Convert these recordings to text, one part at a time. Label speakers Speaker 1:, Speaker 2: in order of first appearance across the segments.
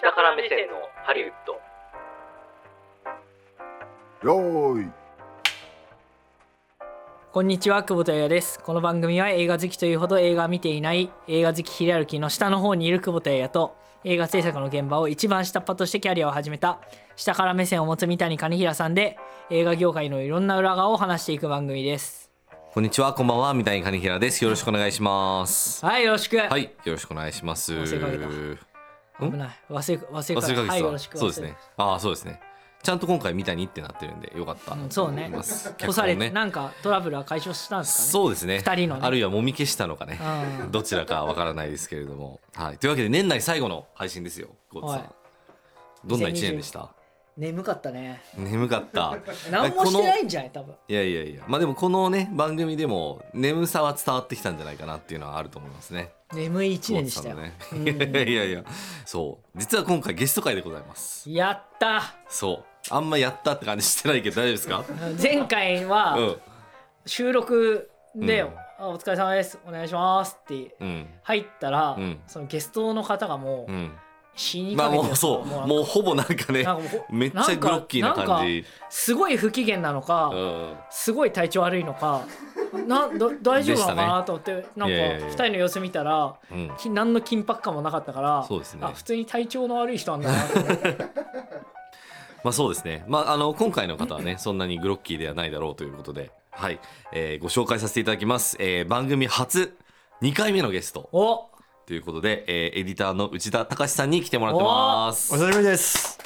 Speaker 1: 下から目線のハリウッド
Speaker 2: よーい
Speaker 3: こんにちは久保田也ですこの番組は映画好きというほど映画を見ていない映画好きひらるきの下の方にいる久保田也と映画制作の現場を一番下っ端としてキャリアを始めた下から目線を持つ三谷兼平さんで映画業界のいろんな裏側を話していく番組です
Speaker 4: こんにちは、こんばんは、三谷兼平です。よろしくお願いします。
Speaker 3: はいよろしく、
Speaker 4: はい、よろしくお願いします。
Speaker 3: 忘れかけた
Speaker 4: 忘
Speaker 3: 危ない忘れ忘れかけ
Speaker 4: れかけてた、
Speaker 3: はいよろしく
Speaker 4: そうですね。ああ、そうですね。ちゃんと今回三谷ってなってるんで、よかった。
Speaker 3: うんそうね干
Speaker 4: 干
Speaker 3: されて、なんかトラブルは解消したんですかね
Speaker 4: そうですね。
Speaker 3: 二人のね
Speaker 4: あるいはもみ消したのかね。
Speaker 3: うん
Speaker 4: どちらかわからないですけれども。はい。というわけで、年内最後の配信ですよ。ゴッツさ
Speaker 3: はい
Speaker 4: ん。どんな一年でした
Speaker 3: 眠かった ね
Speaker 4: 眠かった。
Speaker 3: 何もしてないんじゃない多分
Speaker 4: いやいやいや。まあでもこのね、番組でも眠さは伝わってきたんじゃないかなっていうのはあると思いますね。
Speaker 3: 眠い一年でしたよ、
Speaker 4: 久保田さんのねい やいやいやそう実は今回ゲスト会でございます
Speaker 3: やった
Speaker 4: そうあんまやったって感じしてないけど大丈夫ですか
Speaker 3: 前回は、
Speaker 4: うん
Speaker 3: 収録で、
Speaker 4: うん
Speaker 3: あ「お疲れ様ですお願いします」って
Speaker 4: うん
Speaker 3: 入ったら、
Speaker 4: うん
Speaker 3: そのゲストの方がも
Speaker 4: う
Speaker 3: うん死に
Speaker 4: ま
Speaker 3: か
Speaker 4: あ
Speaker 3: けて
Speaker 4: もうそう
Speaker 3: も
Speaker 4: もうほぼなんかね
Speaker 3: なんかもうほ
Speaker 4: めっちゃグロッキーな感じ
Speaker 3: すごい不機嫌なのか、
Speaker 4: うん
Speaker 3: すごい体調悪いのかなど大丈夫なのかなと思って、なん
Speaker 4: いやいやい
Speaker 3: か
Speaker 4: や
Speaker 3: 2人の様子見たら
Speaker 4: うん
Speaker 3: き何の緊迫感もなかったから
Speaker 4: そうですね
Speaker 3: あ普通に体調の悪い人なんだなと思って
Speaker 4: まあそうですねまああの今回の 方はねそんなにグロッキーではないだろうということではい、えーご紹介させていただきます、えー番組初2回目のゲスト
Speaker 3: お
Speaker 4: ということで、えーエディターの内田隆さんに来てもらってます
Speaker 5: お久しぶりです。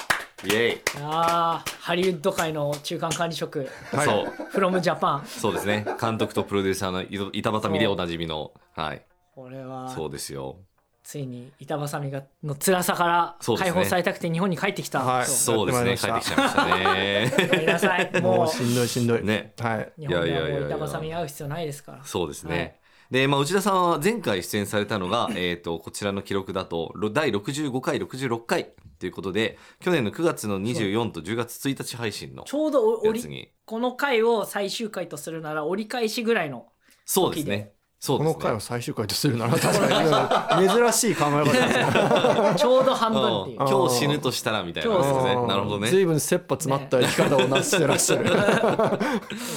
Speaker 4: イエイ
Speaker 3: あーハリウッド界の中間管理職
Speaker 5: はい
Speaker 4: そう
Speaker 3: from Japan
Speaker 4: そうですね監督とプロデューサーの井戸板挟みでおなじみのはい
Speaker 3: これは
Speaker 4: そうですよ
Speaker 3: ついに板挟みがの辛さから
Speaker 4: そうです
Speaker 3: 解
Speaker 4: ね
Speaker 3: 放されたくて日本に帰ってきた。
Speaker 5: はい
Speaker 3: そ
Speaker 4: そうですね帰
Speaker 5: や
Speaker 4: っ
Speaker 5: ってて
Speaker 4: きちゃいました
Speaker 3: うごめん
Speaker 4: ね
Speaker 3: なさ い。
Speaker 5: も
Speaker 3: も
Speaker 5: うしんどいしんどい。
Speaker 4: ね
Speaker 5: はい。
Speaker 3: う日本で
Speaker 4: いやいやい
Speaker 3: は
Speaker 4: やいや
Speaker 3: もう板挟みに会う必要ないですから。
Speaker 4: そうですね、
Speaker 3: はい
Speaker 4: で、まあ、内田さんは前回出演されたのが、えー、とこちらの記録だとろ第65回66回ということで去年の9月の24と10月1日配信の
Speaker 3: ちょうどお
Speaker 4: や
Speaker 3: 折
Speaker 4: つ
Speaker 3: り
Speaker 4: に
Speaker 3: この回を最終回とするなら折り返しぐらいの。
Speaker 4: そうですねそう
Speaker 5: こ
Speaker 4: ですね
Speaker 5: の回を最終回とするなら確 かに珍しい考え方ですね。
Speaker 3: ちょうど半分って
Speaker 4: うん
Speaker 3: いう。
Speaker 5: あ
Speaker 4: 今日死ぬとしたらみたいなことですねなるほどね
Speaker 5: ずいぶん切羽詰まった生き方をなしてらっしゃる。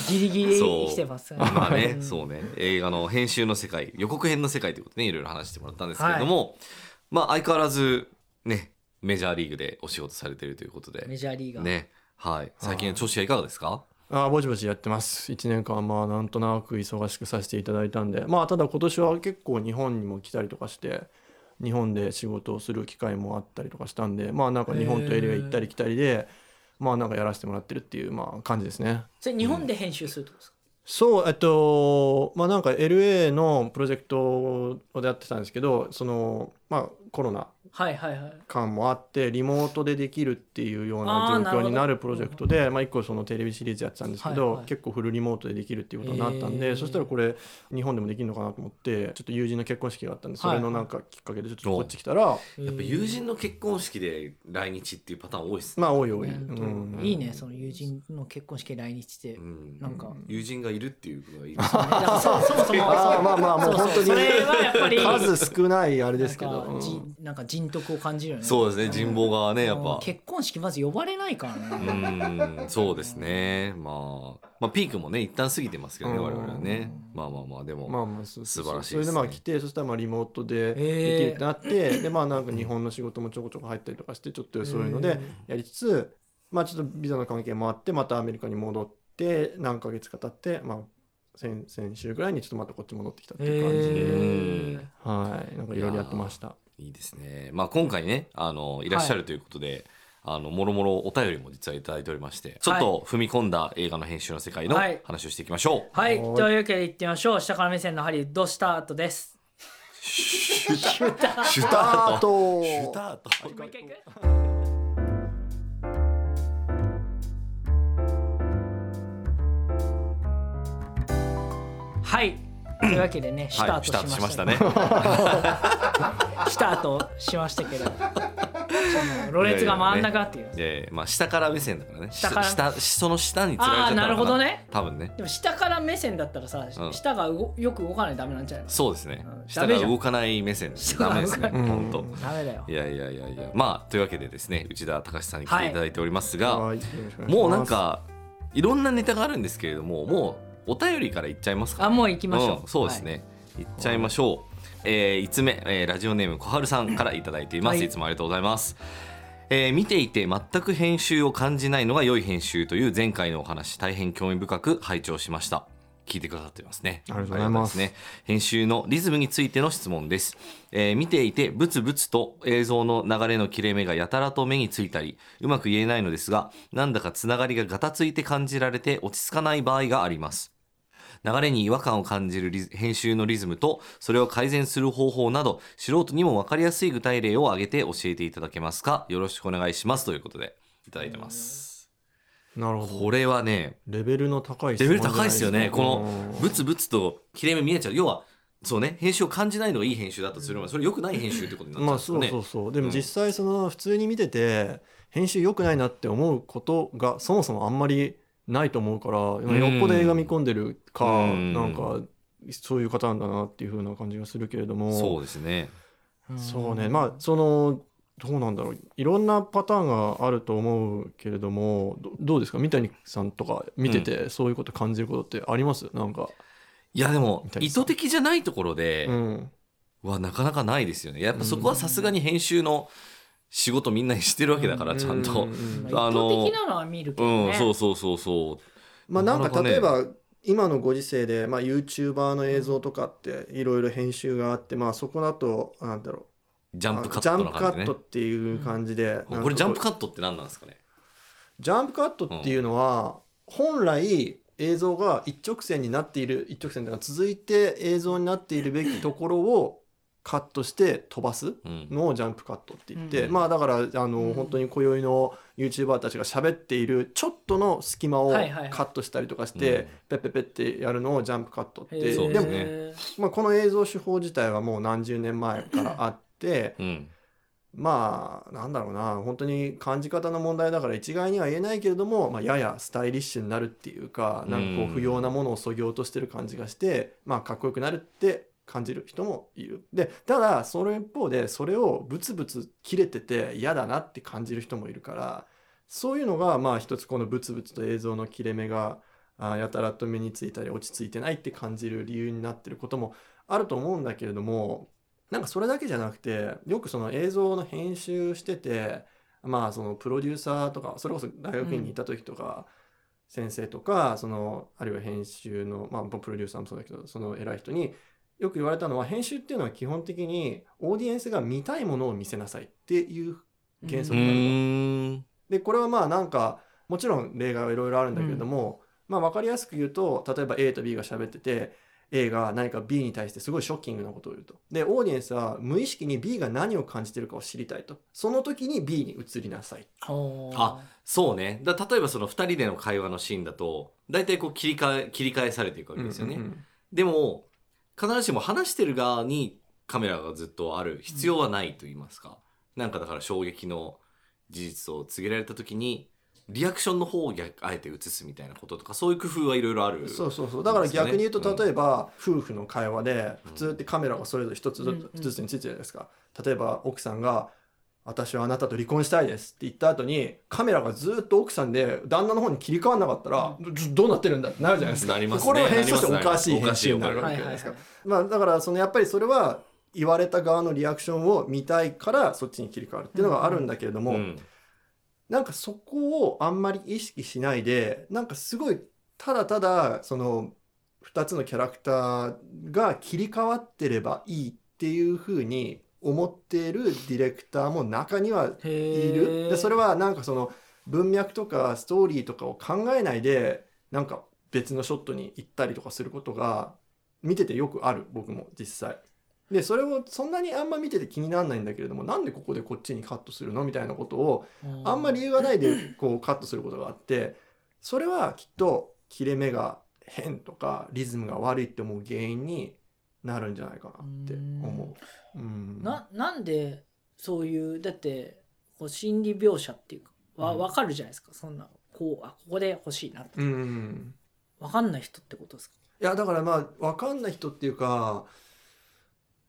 Speaker 3: ギリギリ生きてますね。
Speaker 4: まあね
Speaker 3: う、ん
Speaker 4: そうね、映画の編集の世界、予告編の世界ということでね、いろいろ話してもらったんですけれども、まあ相変わらずね、メジャーリーグでお仕事されてるということ
Speaker 3: メ
Speaker 4: で、
Speaker 3: ジャーリーガー。
Speaker 4: ね、はい、最近の調子はいかがですか？
Speaker 5: あーぼちぼちやってます1年間まあなんとなく忙しくさせていただいたんでまあただ今年は結構日本にも来たりとかして日本で仕事をする機会もあったりとかしたんでまあなんか日本とエリア行ったり来たりでまあなんかやらせてもらってるっていうまあ感じですね
Speaker 3: それ日本で編集するってことですか。
Speaker 5: そうえっとまあなんか LA のプロジェクトでやってたんですけどそのまあコロナ
Speaker 3: はいはいはい。
Speaker 5: 感もあってリモートでできるっていうよう
Speaker 3: あー
Speaker 5: な
Speaker 3: なる
Speaker 5: 状
Speaker 3: ほど
Speaker 5: 況になるプロジェクトでまあ、1個そのテレビシリーズやってたんですけど、
Speaker 3: はいはい
Speaker 5: 結構フルリモートでできるっていうことになったんで、
Speaker 3: へー
Speaker 5: そしたらこれ日本でもできるのかなと思ってちょっと友人の結婚式があったんでそれのなんかきっかけでちょっとこっち来たら、
Speaker 4: やっぱ友人の結婚式で来日っていうパターン多いですね。
Speaker 5: まあおいおい、
Speaker 3: ね
Speaker 5: うん
Speaker 3: いいねその友人の結婚式来日って。
Speaker 4: うん
Speaker 3: なんか。
Speaker 4: 友人がいるっていうことがいいです
Speaker 3: だ
Speaker 4: ね。
Speaker 3: からそそもそも。
Speaker 5: あーまあまあもう本当に
Speaker 3: それはやっぱり。
Speaker 5: 数少ないあれですけど、
Speaker 3: なんかじ
Speaker 5: うん
Speaker 3: なんか人徳を感じるよね
Speaker 4: そうですね、人望がね、やっ
Speaker 3: うん
Speaker 4: ぱ。
Speaker 3: 結婚式まず呼ばれないから
Speaker 4: う
Speaker 3: ね
Speaker 4: ん、そうですね。まあ、まあピークもね、一旦過ぎてますけどね、我々はね。まあまあまあでも。
Speaker 5: まあまあそうそう
Speaker 4: 素晴らしい
Speaker 5: そ
Speaker 4: で
Speaker 5: れ
Speaker 4: す
Speaker 5: で
Speaker 4: ね
Speaker 5: まあ来てそしたらまあリモートで
Speaker 3: へー
Speaker 5: できるってなってでまあなんか日本の仕事もちょこちょこ入ったりとかしてちょっとそういうのでやりつつまあちょっとビザの関係もあってまたアメリカに戻って何ヶ月か経ってまあ先先週ぐらいにちょっとまたこっち戻ってきたっていう感じ
Speaker 3: へ
Speaker 5: で、
Speaker 3: ー
Speaker 5: はいなんかいろいろやってました
Speaker 4: いいですね。まあ今回ね、あのいらっしゃるということで、あのもろもろお便りも実はいただいておりまして、ちょっと踏み込んだ映画の編集の世界の
Speaker 3: はい
Speaker 4: 話をしていきましょう。
Speaker 3: はい
Speaker 5: はい
Speaker 3: というわけでいってみましょう下から目線のハリウッドスタートです
Speaker 4: シュタ
Speaker 5: あと
Speaker 4: シュタート。
Speaker 3: もう一回いくはいというわけでねスター
Speaker 4: はい、
Speaker 3: ト
Speaker 4: スタート
Speaker 3: し
Speaker 4: し
Speaker 3: ま
Speaker 4: ま
Speaker 3: し
Speaker 4: したた
Speaker 3: ね
Speaker 4: ね。
Speaker 3: スタートしましたけどろれつが真ん中っていう。
Speaker 4: いやいやまあ下から目線だからね
Speaker 3: 下から
Speaker 4: 下下その下につられちゃっ
Speaker 3: あ
Speaker 4: たのか
Speaker 3: ーなるほどね
Speaker 4: 多分ね
Speaker 3: でも下から目線だったらさ、
Speaker 4: うん
Speaker 3: 下がうごよく動かないとダメなんちゃうの
Speaker 4: そうですね
Speaker 3: うん
Speaker 4: 下
Speaker 3: ダ
Speaker 4: が
Speaker 3: メじゃん
Speaker 4: 動かない目線
Speaker 3: 下
Speaker 4: ダ
Speaker 3: が
Speaker 4: メ
Speaker 3: 動
Speaker 4: で
Speaker 3: か
Speaker 4: す
Speaker 3: ない
Speaker 4: ね本当
Speaker 5: うん
Speaker 3: ダメだよ
Speaker 4: い。やいやいやいやまあというわけでですね内田隆さんに来ていただいておりますが、
Speaker 5: はいよろしくお願いします
Speaker 4: もうなんかいろんなネタがあるんですけれどももうお便りからいっちゃいますか
Speaker 3: あもう行きましょう。
Speaker 4: んそうですね、い、っちゃいましょう、え5つ目、えーラジオネーム小春さんからいただいています、
Speaker 3: はい
Speaker 4: い、つもありがとうございますえー見ていて全く編集を感じないのが良い編集という前回のお話大変興味深く拝聴しました聞いてくださってますね
Speaker 5: ありがとうございま
Speaker 4: あ
Speaker 5: す
Speaker 4: りがたですね編集のリズムについての質問です、えー見ていてブツブツと映像の流れの切れ目がやたらと目についたりうまく言えないのですがなんだかつながりがガタついて感じられて落ち着かない場合があります流れに違和感を感じるリズ編集のリズムとそれを改善する方法など素人にも分かりやすい具体例を挙げて教えていただけますかよろしくお願いしますということでいただいてます
Speaker 5: なるほど
Speaker 4: これはね
Speaker 5: レベルの高い質
Speaker 4: レ
Speaker 5: 問
Speaker 4: ベル高いですよねこのブ
Speaker 5: ツ
Speaker 4: ツブツと切れ目見えちゃう要はそうね編集を感じないのがいい編集だとすればそれ良くない編集ってことになっちゃ
Speaker 5: ま
Speaker 4: うん
Speaker 5: あ
Speaker 4: ですよ
Speaker 5: そう
Speaker 4: ね、
Speaker 5: そうそうで
Speaker 4: う
Speaker 5: も
Speaker 4: ん
Speaker 5: 実際その普通に見てて編集良くないなって思うことがそもそもあんまりないと思うから
Speaker 4: ん
Speaker 5: よっぽど映画見込んでるか
Speaker 4: うん
Speaker 5: なんかそういう方なんだなっていう風な感じがするけれども
Speaker 4: そうですね
Speaker 5: そうねまあそのどうなんだろういろんなパターンがあると思うけれどもどどうですか三谷さんとか見ててそういうこと感じることってありますなんか、
Speaker 4: いやでも
Speaker 5: 三谷
Speaker 4: 意
Speaker 5: さん
Speaker 4: 図的じゃないところで、
Speaker 5: うん、
Speaker 4: はなかなかないですよねやっぱそこはさすがに編集の仕事みんなしてるわけだからちゃんと
Speaker 5: ううん
Speaker 3: まあ
Speaker 4: あの
Speaker 3: 意図的なのは見るけ
Speaker 4: う
Speaker 3: ど
Speaker 4: ん、
Speaker 3: ね。
Speaker 4: そうそうそうそう
Speaker 5: まあなん
Speaker 4: なか
Speaker 5: か
Speaker 4: なかね
Speaker 5: 例えば今のご時世で、まあ、YouTuber の映像とかっていろいろ編集があって、まあ、そこだとなんだろ
Speaker 4: ジ
Speaker 5: う
Speaker 4: ャンプカットの
Speaker 5: あジャ
Speaker 4: 感
Speaker 5: ン
Speaker 4: じ
Speaker 5: プカ
Speaker 4: ね
Speaker 5: ットっていう感じで、
Speaker 4: これジャンプ
Speaker 5: ット
Speaker 4: カットって何なんですかね
Speaker 5: ジャンプカットっていうのは、本来映像が一直線になっている一直線というのは続いて映像になっているべきところをカットして飛ばす
Speaker 4: うん
Speaker 5: のをジャンプカットって言って、
Speaker 4: うん
Speaker 5: まあだからあの、
Speaker 3: うん
Speaker 5: 本当に今宵の YouTuber たちが喋っているちょっとの隙間をカ
Speaker 3: はいはいはい
Speaker 5: ットしたりとかして、
Speaker 4: うん
Speaker 5: ペッペッペッってやるのをジャンプカットって、
Speaker 3: へー
Speaker 4: そう
Speaker 5: で
Speaker 4: です
Speaker 5: も、
Speaker 4: ね
Speaker 5: まあ、この映像手法自体はもう何十年前からあって
Speaker 4: うん
Speaker 5: まあなんだろうな本当に感じ方の問題だから一概には言えないけれども、まあ、ややスタイリッシュになるっていうかなんかこ
Speaker 4: うん
Speaker 5: う不要なものをそぎ落としてる感じがして、まあかっこよくなるって感じる人もいるでただその一方でそれをブツブツ切れてて嫌だなって感じる人もいるからそういうのがまあ一つこのブツブツと映像の切れ目があーやたらと目についたり落ち着いてないって感じる理由になってることもあると思うんだけれどもなんかそれだけじゃなくてよくその映像の編集しててまあそのプロデューサーとかそれこそ大学院にいた時とか、先生とかそのあるいは編集の、まあ、プロデューサーもそうだけどその偉い人によく言われたのは編集っていうのは基本的にオーディエンスが見たいものを見せなさいっていう原
Speaker 4: う
Speaker 5: 則なんだ
Speaker 4: ーん
Speaker 5: でこれはまあなんかもちろん例外はいろいろあるんだけれども、まあ分かりやすく言うと例えば A と B が喋ってて A が何か B に対してすごいショッキングなことを言うとでオーディエンスは無意識に B が何を感じてるかを知りたいとその時に B に移りなさい
Speaker 3: ほー
Speaker 4: あそうねだ例えばその2人での会話のシーンだと大体こう切り替え切り替えされていくわけですよね、
Speaker 5: うんうんうん
Speaker 4: でも必ずしも話してる側にカメラがずっとある必要はないと言いますか、なんかだから衝撃の事実を告げられた時にリアクションの方を逆あえて映すみたいなこととかそういう工夫はいろいろある
Speaker 5: そうそうそうだから逆に言う
Speaker 4: ですよ
Speaker 5: と
Speaker 4: ね
Speaker 5: 例えば夫婦の会話で
Speaker 4: うん
Speaker 5: 普通ってカメラがそれぞれ一つず
Speaker 3: うん
Speaker 5: つ一つについてるじゃないですか例えば奥さんが「私はあなたと離婚したいです」って言った後にカメラがずっと奥さんで旦那の方に切り替わんなかったらどどうなってるんだってなるじゃないですか
Speaker 4: なりますね
Speaker 5: これを編集してお
Speaker 4: なります
Speaker 5: かしい
Speaker 4: なります
Speaker 5: 編集になるわけ
Speaker 3: は
Speaker 5: じ
Speaker 3: い
Speaker 5: ゃ
Speaker 3: は
Speaker 5: ない
Speaker 3: い
Speaker 5: で
Speaker 3: は
Speaker 5: すか
Speaker 3: い。
Speaker 5: まあだからそのやっぱりそれは言われた側のリアクションを見たいからそっちに切り替わるっていうのがあるんだけれども、
Speaker 4: うん
Speaker 5: なんかそこをあんまり意識しないでなんかすごいただただその2つのキャラクターが切り替わってればいいっていう風に思っているディレクターも中には
Speaker 3: へ
Speaker 5: い
Speaker 3: ー
Speaker 5: るでそれはなんかその文脈とかストーリーとかを考えないでなんか別のショットに行ったりとかすることが見ててよくある僕も実際でそれをそんなにあんま見てて気にならないんだけれどもなんでここでこっちにカットするのみたいなことをあんま理由がないでこうカットすることがあってそれはきっと切れ目が変とかリズムが悪いって思う原因になるんじゃないかなって思う。うん
Speaker 3: ななんでそういうだってこう心理描写っていうかわ分かるじゃないですかそんなこうあここで欲しいなと
Speaker 5: うん
Speaker 3: 分かんない人ってことですか
Speaker 5: いやだからまあ分かんない人っていうか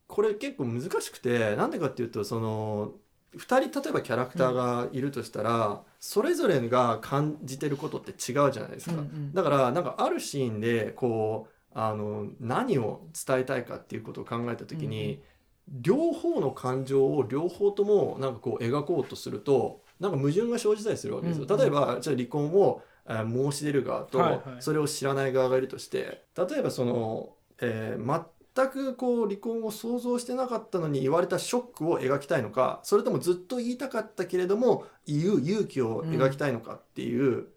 Speaker 5: これ結構難しくてなんでかっていうとその2人例えばキャラクターがいるとしたら、それぞれが感じてることって違うじゃないですか。
Speaker 3: うんうん
Speaker 5: だからなんかあるシーンでこうあの何を伝えたいかっていうことを考えた時に、両方の感情を両方ともなんかこう描こうとするとなんか矛盾が生じたりするわけですよ。
Speaker 3: うんうん
Speaker 5: 例えばじゃあ離婚をえー申し出る側と、
Speaker 3: はいはい
Speaker 5: それを知らない側がいるとして例えばその、えー全くこう離婚を想像してなかったのに言われたショックを描きたいのかそれともずっと言いたかったけれども言う勇気を描きたいのかっていう、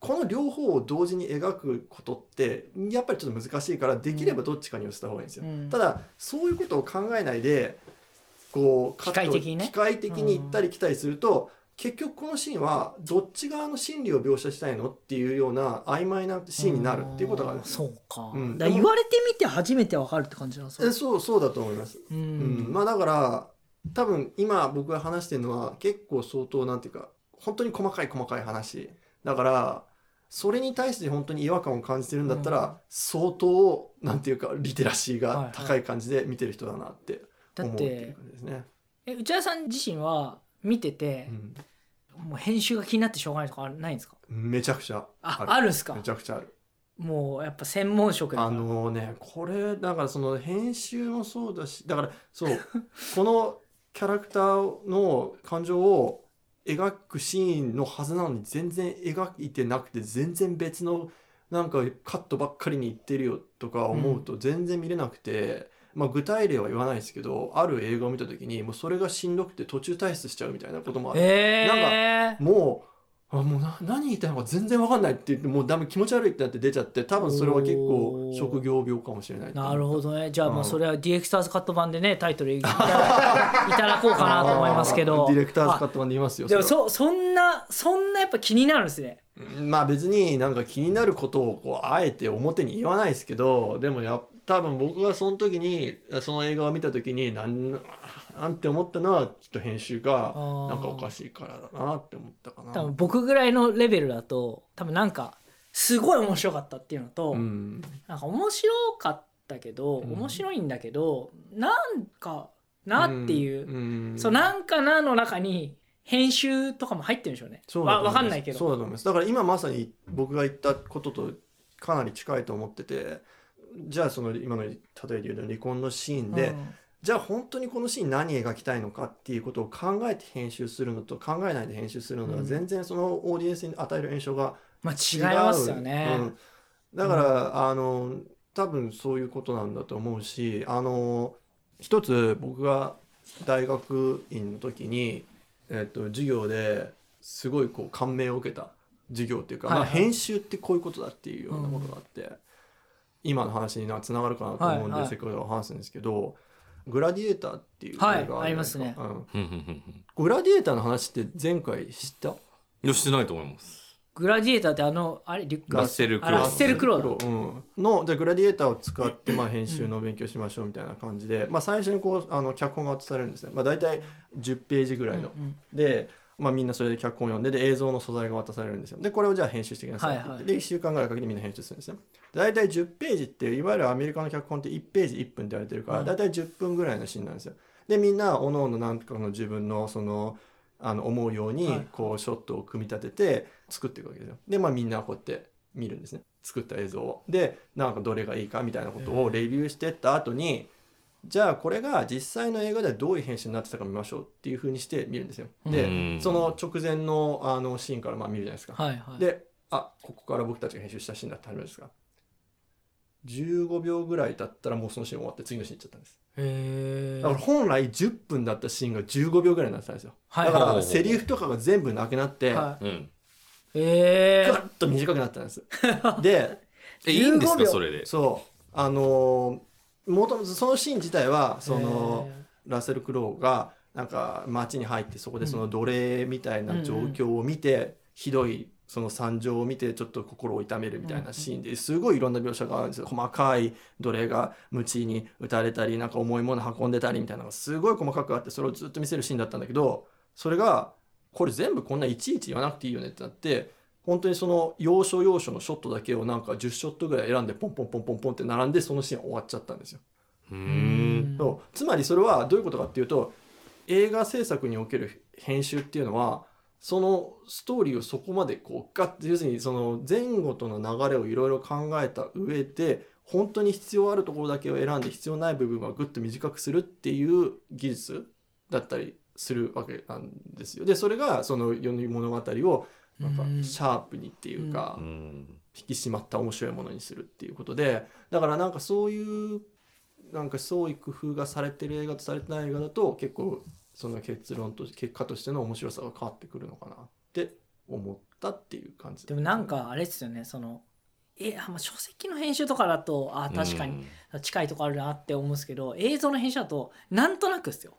Speaker 5: この両方を同時に描くことってやっぱりちょっと難しいからできればどっちかに寄せた方がいいんですよ。ただそういうことを考えないでこう
Speaker 3: 機械的にね
Speaker 5: 機械的に行ったり来たりすると、結局このシーンはどっち側の心理を描写したいのっていうような曖昧なシーンになるっていうことがある
Speaker 3: あーそうか,、
Speaker 5: うん
Speaker 3: だから言われてみて初めて分かるって感じなんです
Speaker 5: え
Speaker 3: か
Speaker 5: そうそうだと思います。
Speaker 3: うん
Speaker 5: うん、まあだから多分今僕が話してるのは結構相当なんていうか本当に細かい細かい話だからそれに対して本当に違和感を感じてるんだったら、
Speaker 3: うん
Speaker 5: 相当なんていうかリテラシー
Speaker 3: はいは
Speaker 5: が
Speaker 3: い
Speaker 5: 高い感じで見てる人だなって
Speaker 3: だ
Speaker 5: 思
Speaker 3: っ
Speaker 5: うっていう
Speaker 3: て
Speaker 5: 感じですね。
Speaker 3: え内田さん自身は見てて
Speaker 5: う、ん
Speaker 3: もう編集が気になってしょうがないとかないんですか
Speaker 5: めちゃくちゃ
Speaker 3: ああ
Speaker 5: あ
Speaker 3: る
Speaker 5: る
Speaker 3: んですか
Speaker 5: めちゃくちゃある。
Speaker 3: もうやっぱ専門職だ
Speaker 5: あ
Speaker 3: から
Speaker 5: のねこれだからその編集もそうだしだからそうこのキャラクターの感情を描くシーンのはずなのに全然描いてなくて全然別のなんかカットばっかりにいってるよとか思うと全然見れなくて、まあ、具体例は言わないですけどある映画を見た時にもうそれがしんどくて途中退出しちゃうみたいなこともある
Speaker 3: えー、
Speaker 5: もうあもうな何言いたいのか全然わかんないって言ってもうダメ気持ち悪いってなって出ちゃって多分それは結構
Speaker 3: おー
Speaker 5: 職業病かもしれない
Speaker 3: なるほどねじゃあもううんそれはディレクターズカット版でねタイトルいただいただこうかなと思いますけど
Speaker 5: ディレクターズカットまで言いますよ
Speaker 3: あでも
Speaker 5: それは
Speaker 3: そそんなそんなやっぱ気になるんですね
Speaker 5: うんまあ別になんか気になることをこうあえて表に言わないですけどでもや多分僕がその時にその映画を見た時になんなんて思ったのはきっと編集が
Speaker 3: ー
Speaker 5: なんかおかしいからだなって思ったかな
Speaker 3: 多分僕ぐらいのレベルだと多分なんかすごい面白かったっていうのと、
Speaker 5: うん
Speaker 3: なんか面白かったけど、
Speaker 5: うん
Speaker 3: 面白いんだけどなんかなっていう、
Speaker 5: うん
Speaker 3: そうなんかなの中に編集とかも入ってるんでしょうね
Speaker 5: そうだ
Speaker 3: わ
Speaker 5: と思
Speaker 3: わ
Speaker 5: います
Speaker 3: かんないけど
Speaker 5: そうだと思いますだから今まさに僕が言ったこととかなり近いと思っててじゃあその今の例えで言うと離婚のシーンで、
Speaker 3: うん
Speaker 5: じゃあ本当にこのシーン何描きたいのかっていうことを考えて編集するのと考えないで編集するので
Speaker 3: う
Speaker 5: は
Speaker 3: ん
Speaker 5: 全然そのオーディエンスに与える印象が
Speaker 3: まあ違
Speaker 5: 違
Speaker 3: いうますよね、
Speaker 5: うんだから、あの多分そういうことなんだと思うしあの一つ僕が大学院の時に、えっと、授業ですごいこう感銘を受けた授業っていうか、
Speaker 3: はいはい
Speaker 5: まあ、編集ってこういうことだっていうようなことがあって、今の話になつながるかなと思うんで、
Speaker 3: はいはい
Speaker 5: せっかくだから話すんですけど「グラディエーター」っていう映画
Speaker 3: はい
Speaker 5: るじゃな
Speaker 3: あ
Speaker 5: い
Speaker 3: り
Speaker 5: で
Speaker 3: ます
Speaker 5: すか
Speaker 3: ね
Speaker 5: うん
Speaker 4: ふんふんふんふん
Speaker 5: グラディエーターの話って前回知った
Speaker 4: いやしてないと思います。
Speaker 3: グラディエーターってあのあれリュック
Speaker 4: ラッセル
Speaker 3: あ
Speaker 4: クロ
Speaker 3: ラ
Speaker 4: ウ
Speaker 3: ッセルクロウだ
Speaker 5: うん、のじゃあグラディエーターを使ってまあ編集の勉強しましょうみたいな感じで、まあ、最初にこうあの脚本が渡されるんですね、まあ、大体10ページぐらいの。
Speaker 3: うんうん
Speaker 5: で、まあ、みんなそれで脚本を読んでで映像の素材が渡されるんですよ。でこれをじゃあ編集してくださいって言って、
Speaker 3: はいは
Speaker 5: で1週間ぐらいかけてみんな編集するんですね。で大体10ページっていわゆるアメリカの脚本って1ページ1分って言われてるから、
Speaker 3: うん
Speaker 5: 大体10分ぐらいのシーンなんですよ。でみんなおのおのなんかの自分のそのあの思うよう
Speaker 3: はい
Speaker 5: にこうショットを組み立てて作っていくわけですよ。でまあみんなこうやって見るんですね作った映像を。でなんかどれがいいかみたいなことをレビューしてった後に、じゃあこれが実際の映画ではどういう編集になってたか見ましょうっていうふうにして見るんですよ。
Speaker 4: うん
Speaker 5: でその直前のあのシーンからまあ見るじゃないですか。
Speaker 3: はいはい
Speaker 5: であここから僕たちが編集したシーンだって始まるんですが15秒ぐらいだったらもうそのシーン終わって次のシーン行っちゃったんです。
Speaker 3: へ
Speaker 5: だから
Speaker 3: ー
Speaker 5: 本来10分だったシーンが15秒ぐらいになってたんですよ。
Speaker 3: はい
Speaker 5: だか
Speaker 4: は
Speaker 5: ら
Speaker 4: い
Speaker 5: セリフとかが全部なくなって、
Speaker 3: は
Speaker 4: うん。
Speaker 3: いへ
Speaker 5: ガ
Speaker 3: ー
Speaker 5: ラッと短くなった んです。で、
Speaker 4: えいいんで
Speaker 3: 15
Speaker 4: すか
Speaker 3: 秒
Speaker 4: それで。
Speaker 5: そう、あのー、もともとそのシーン自体は、その
Speaker 3: へー
Speaker 5: ラッセル・クロウが、なんか街に入って、そこでその奴隷みたいな状況を見て、ひどいその惨状を見て、ちょっと心を痛めるみたいなシーンですごいいろんな描写があるんですよ。細かい奴隷が鞭に打たれたり、なんか重いもの運んでたりみたいなのがすごい細かくあって、それをずっと見せるシーンだったんだけど、それがこれ全部こんないちいち言わなくていいよねってなって本当にその要所要所のショットだけをなんか10ショットぐらい選んでポンポンポンポンポンって並んでそのシーン終わっちゃったんですよ。
Speaker 4: う。
Speaker 3: うん
Speaker 5: そうつまりそれはどういうことかっていうと映画制作における編集っていうのはそのストーリーをそこまでこうガッて要するにその前後との流れをいろいろ考えた上で本当に必要あるところだけを選んで必要ない部分はぐっと短くするっていう技術だったりするわけなんですよ。でそれがその世の物語をなんか
Speaker 3: うん
Speaker 5: シャープにっていうか、
Speaker 4: うん
Speaker 5: 引き締まった面白いものにするっていうことでだからなんかそういうなんか創意工夫がされてる映画とされてない映画だと結構その結論と結果としての面白さが変わってくるのかなって思ったっていう感じ
Speaker 3: でもなんかあれですよねそのえあまあ書籍の編集とかだとあ確かに。近いとこあるなって思うんですけど映像の編集だとなんとなくですよ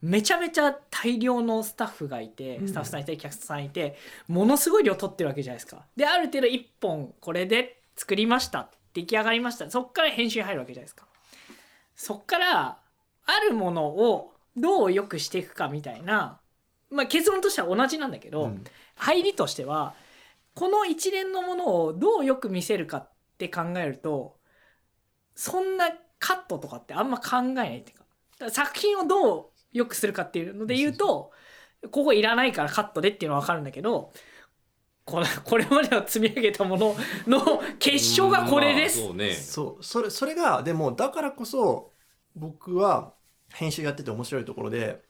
Speaker 3: めちゃめちゃ大量のスタッフがいて
Speaker 5: うん
Speaker 3: スタッフさんいて客さんいてものすごい量取ってるわけじゃないですか。である程度1本これで作りました出来上がりましたそっから編集に入るわけじゃないですか。そっからあるものをどう良くしていくかみたいな、まあ、結論としては同じなんだけど、
Speaker 5: うん
Speaker 3: 入りとしてはこの一連のものをどうよく見せるかって考えるとそんなカットとかってあんま考えないっていうかだから作品をどうよくするかっていうので言うとここいらないからカットでっていうのは分かるんだけどこのこれまでの積み上げたものの結晶がこれです。
Speaker 4: うんまあそう
Speaker 5: そうそれそれがでもだからこそ僕は編集やってて面白いところで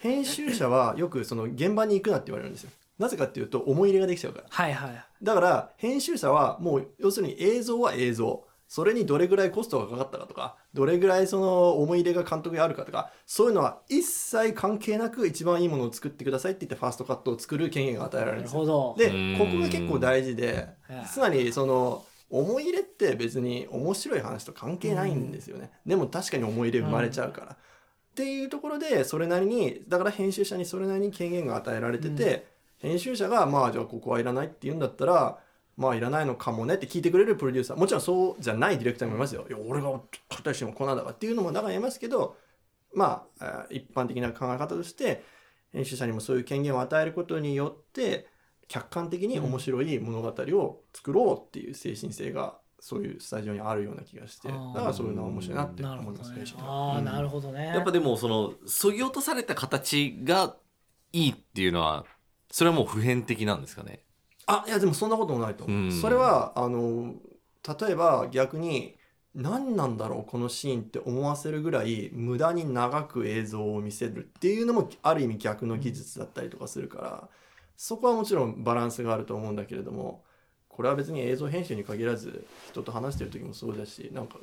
Speaker 5: 編集者はよくその現場に行くなって言われるんですよなぜかっていうと思い入れができちゃうから
Speaker 3: はいはい
Speaker 5: だから編集者はもう要するに映像は映像それにどれぐらいコストがかかったかとかどれぐらいその思い入れが監督にあるかとかそういうのは一切関係なく一番いいものを作ってくださいって言ってファーストカットを作る権限が与えら
Speaker 3: なる
Speaker 5: れるんですよ
Speaker 3: ほど。
Speaker 5: で
Speaker 4: うん
Speaker 5: ここが結構大事で
Speaker 3: はい
Speaker 5: つまりその思い入れって別に面白い話と関係ないんですよねでも確かに思い入れ生まれちゃうから。っていうところでそれなりにだから編集者にそれなりに権限が与えられてて、編集者がまあじゃあここはいらないって言うんだったらまあいらないのかもねって聞いてくれるプロデューサーもちろんそうじゃないディレクターもいますよいや俺が片してもこんなんだからっていうのもだからいますけどまああー一般的な考え方として編集者にもそういう権限を与えることによって客観的に面白い物語を作ろうっていう精神性がそういうスタジオにあるような気がしてだ
Speaker 3: あー
Speaker 5: からそういうのは面白いなって
Speaker 3: なる
Speaker 5: 思
Speaker 3: ほ
Speaker 5: いま
Speaker 3: ど
Speaker 5: す
Speaker 3: ね
Speaker 5: ね。。
Speaker 3: ああ、なるほどね。
Speaker 4: やっぱでもその削ぎ落とされた形がいいっていうのはそれはもう普遍的なんですかね。
Speaker 5: あいやでもそんなこともないと思う、
Speaker 4: うん
Speaker 5: それはあの例えば逆に何なんだろうこのシーンって思わせるぐらい無駄に長く映像を見せるっていうのもある意味逆の技術だったりとかするからそこはもちろんバランスがあると思うんだけれどもこれは別に映像編集に限らず人と話してる時もそうだしなんか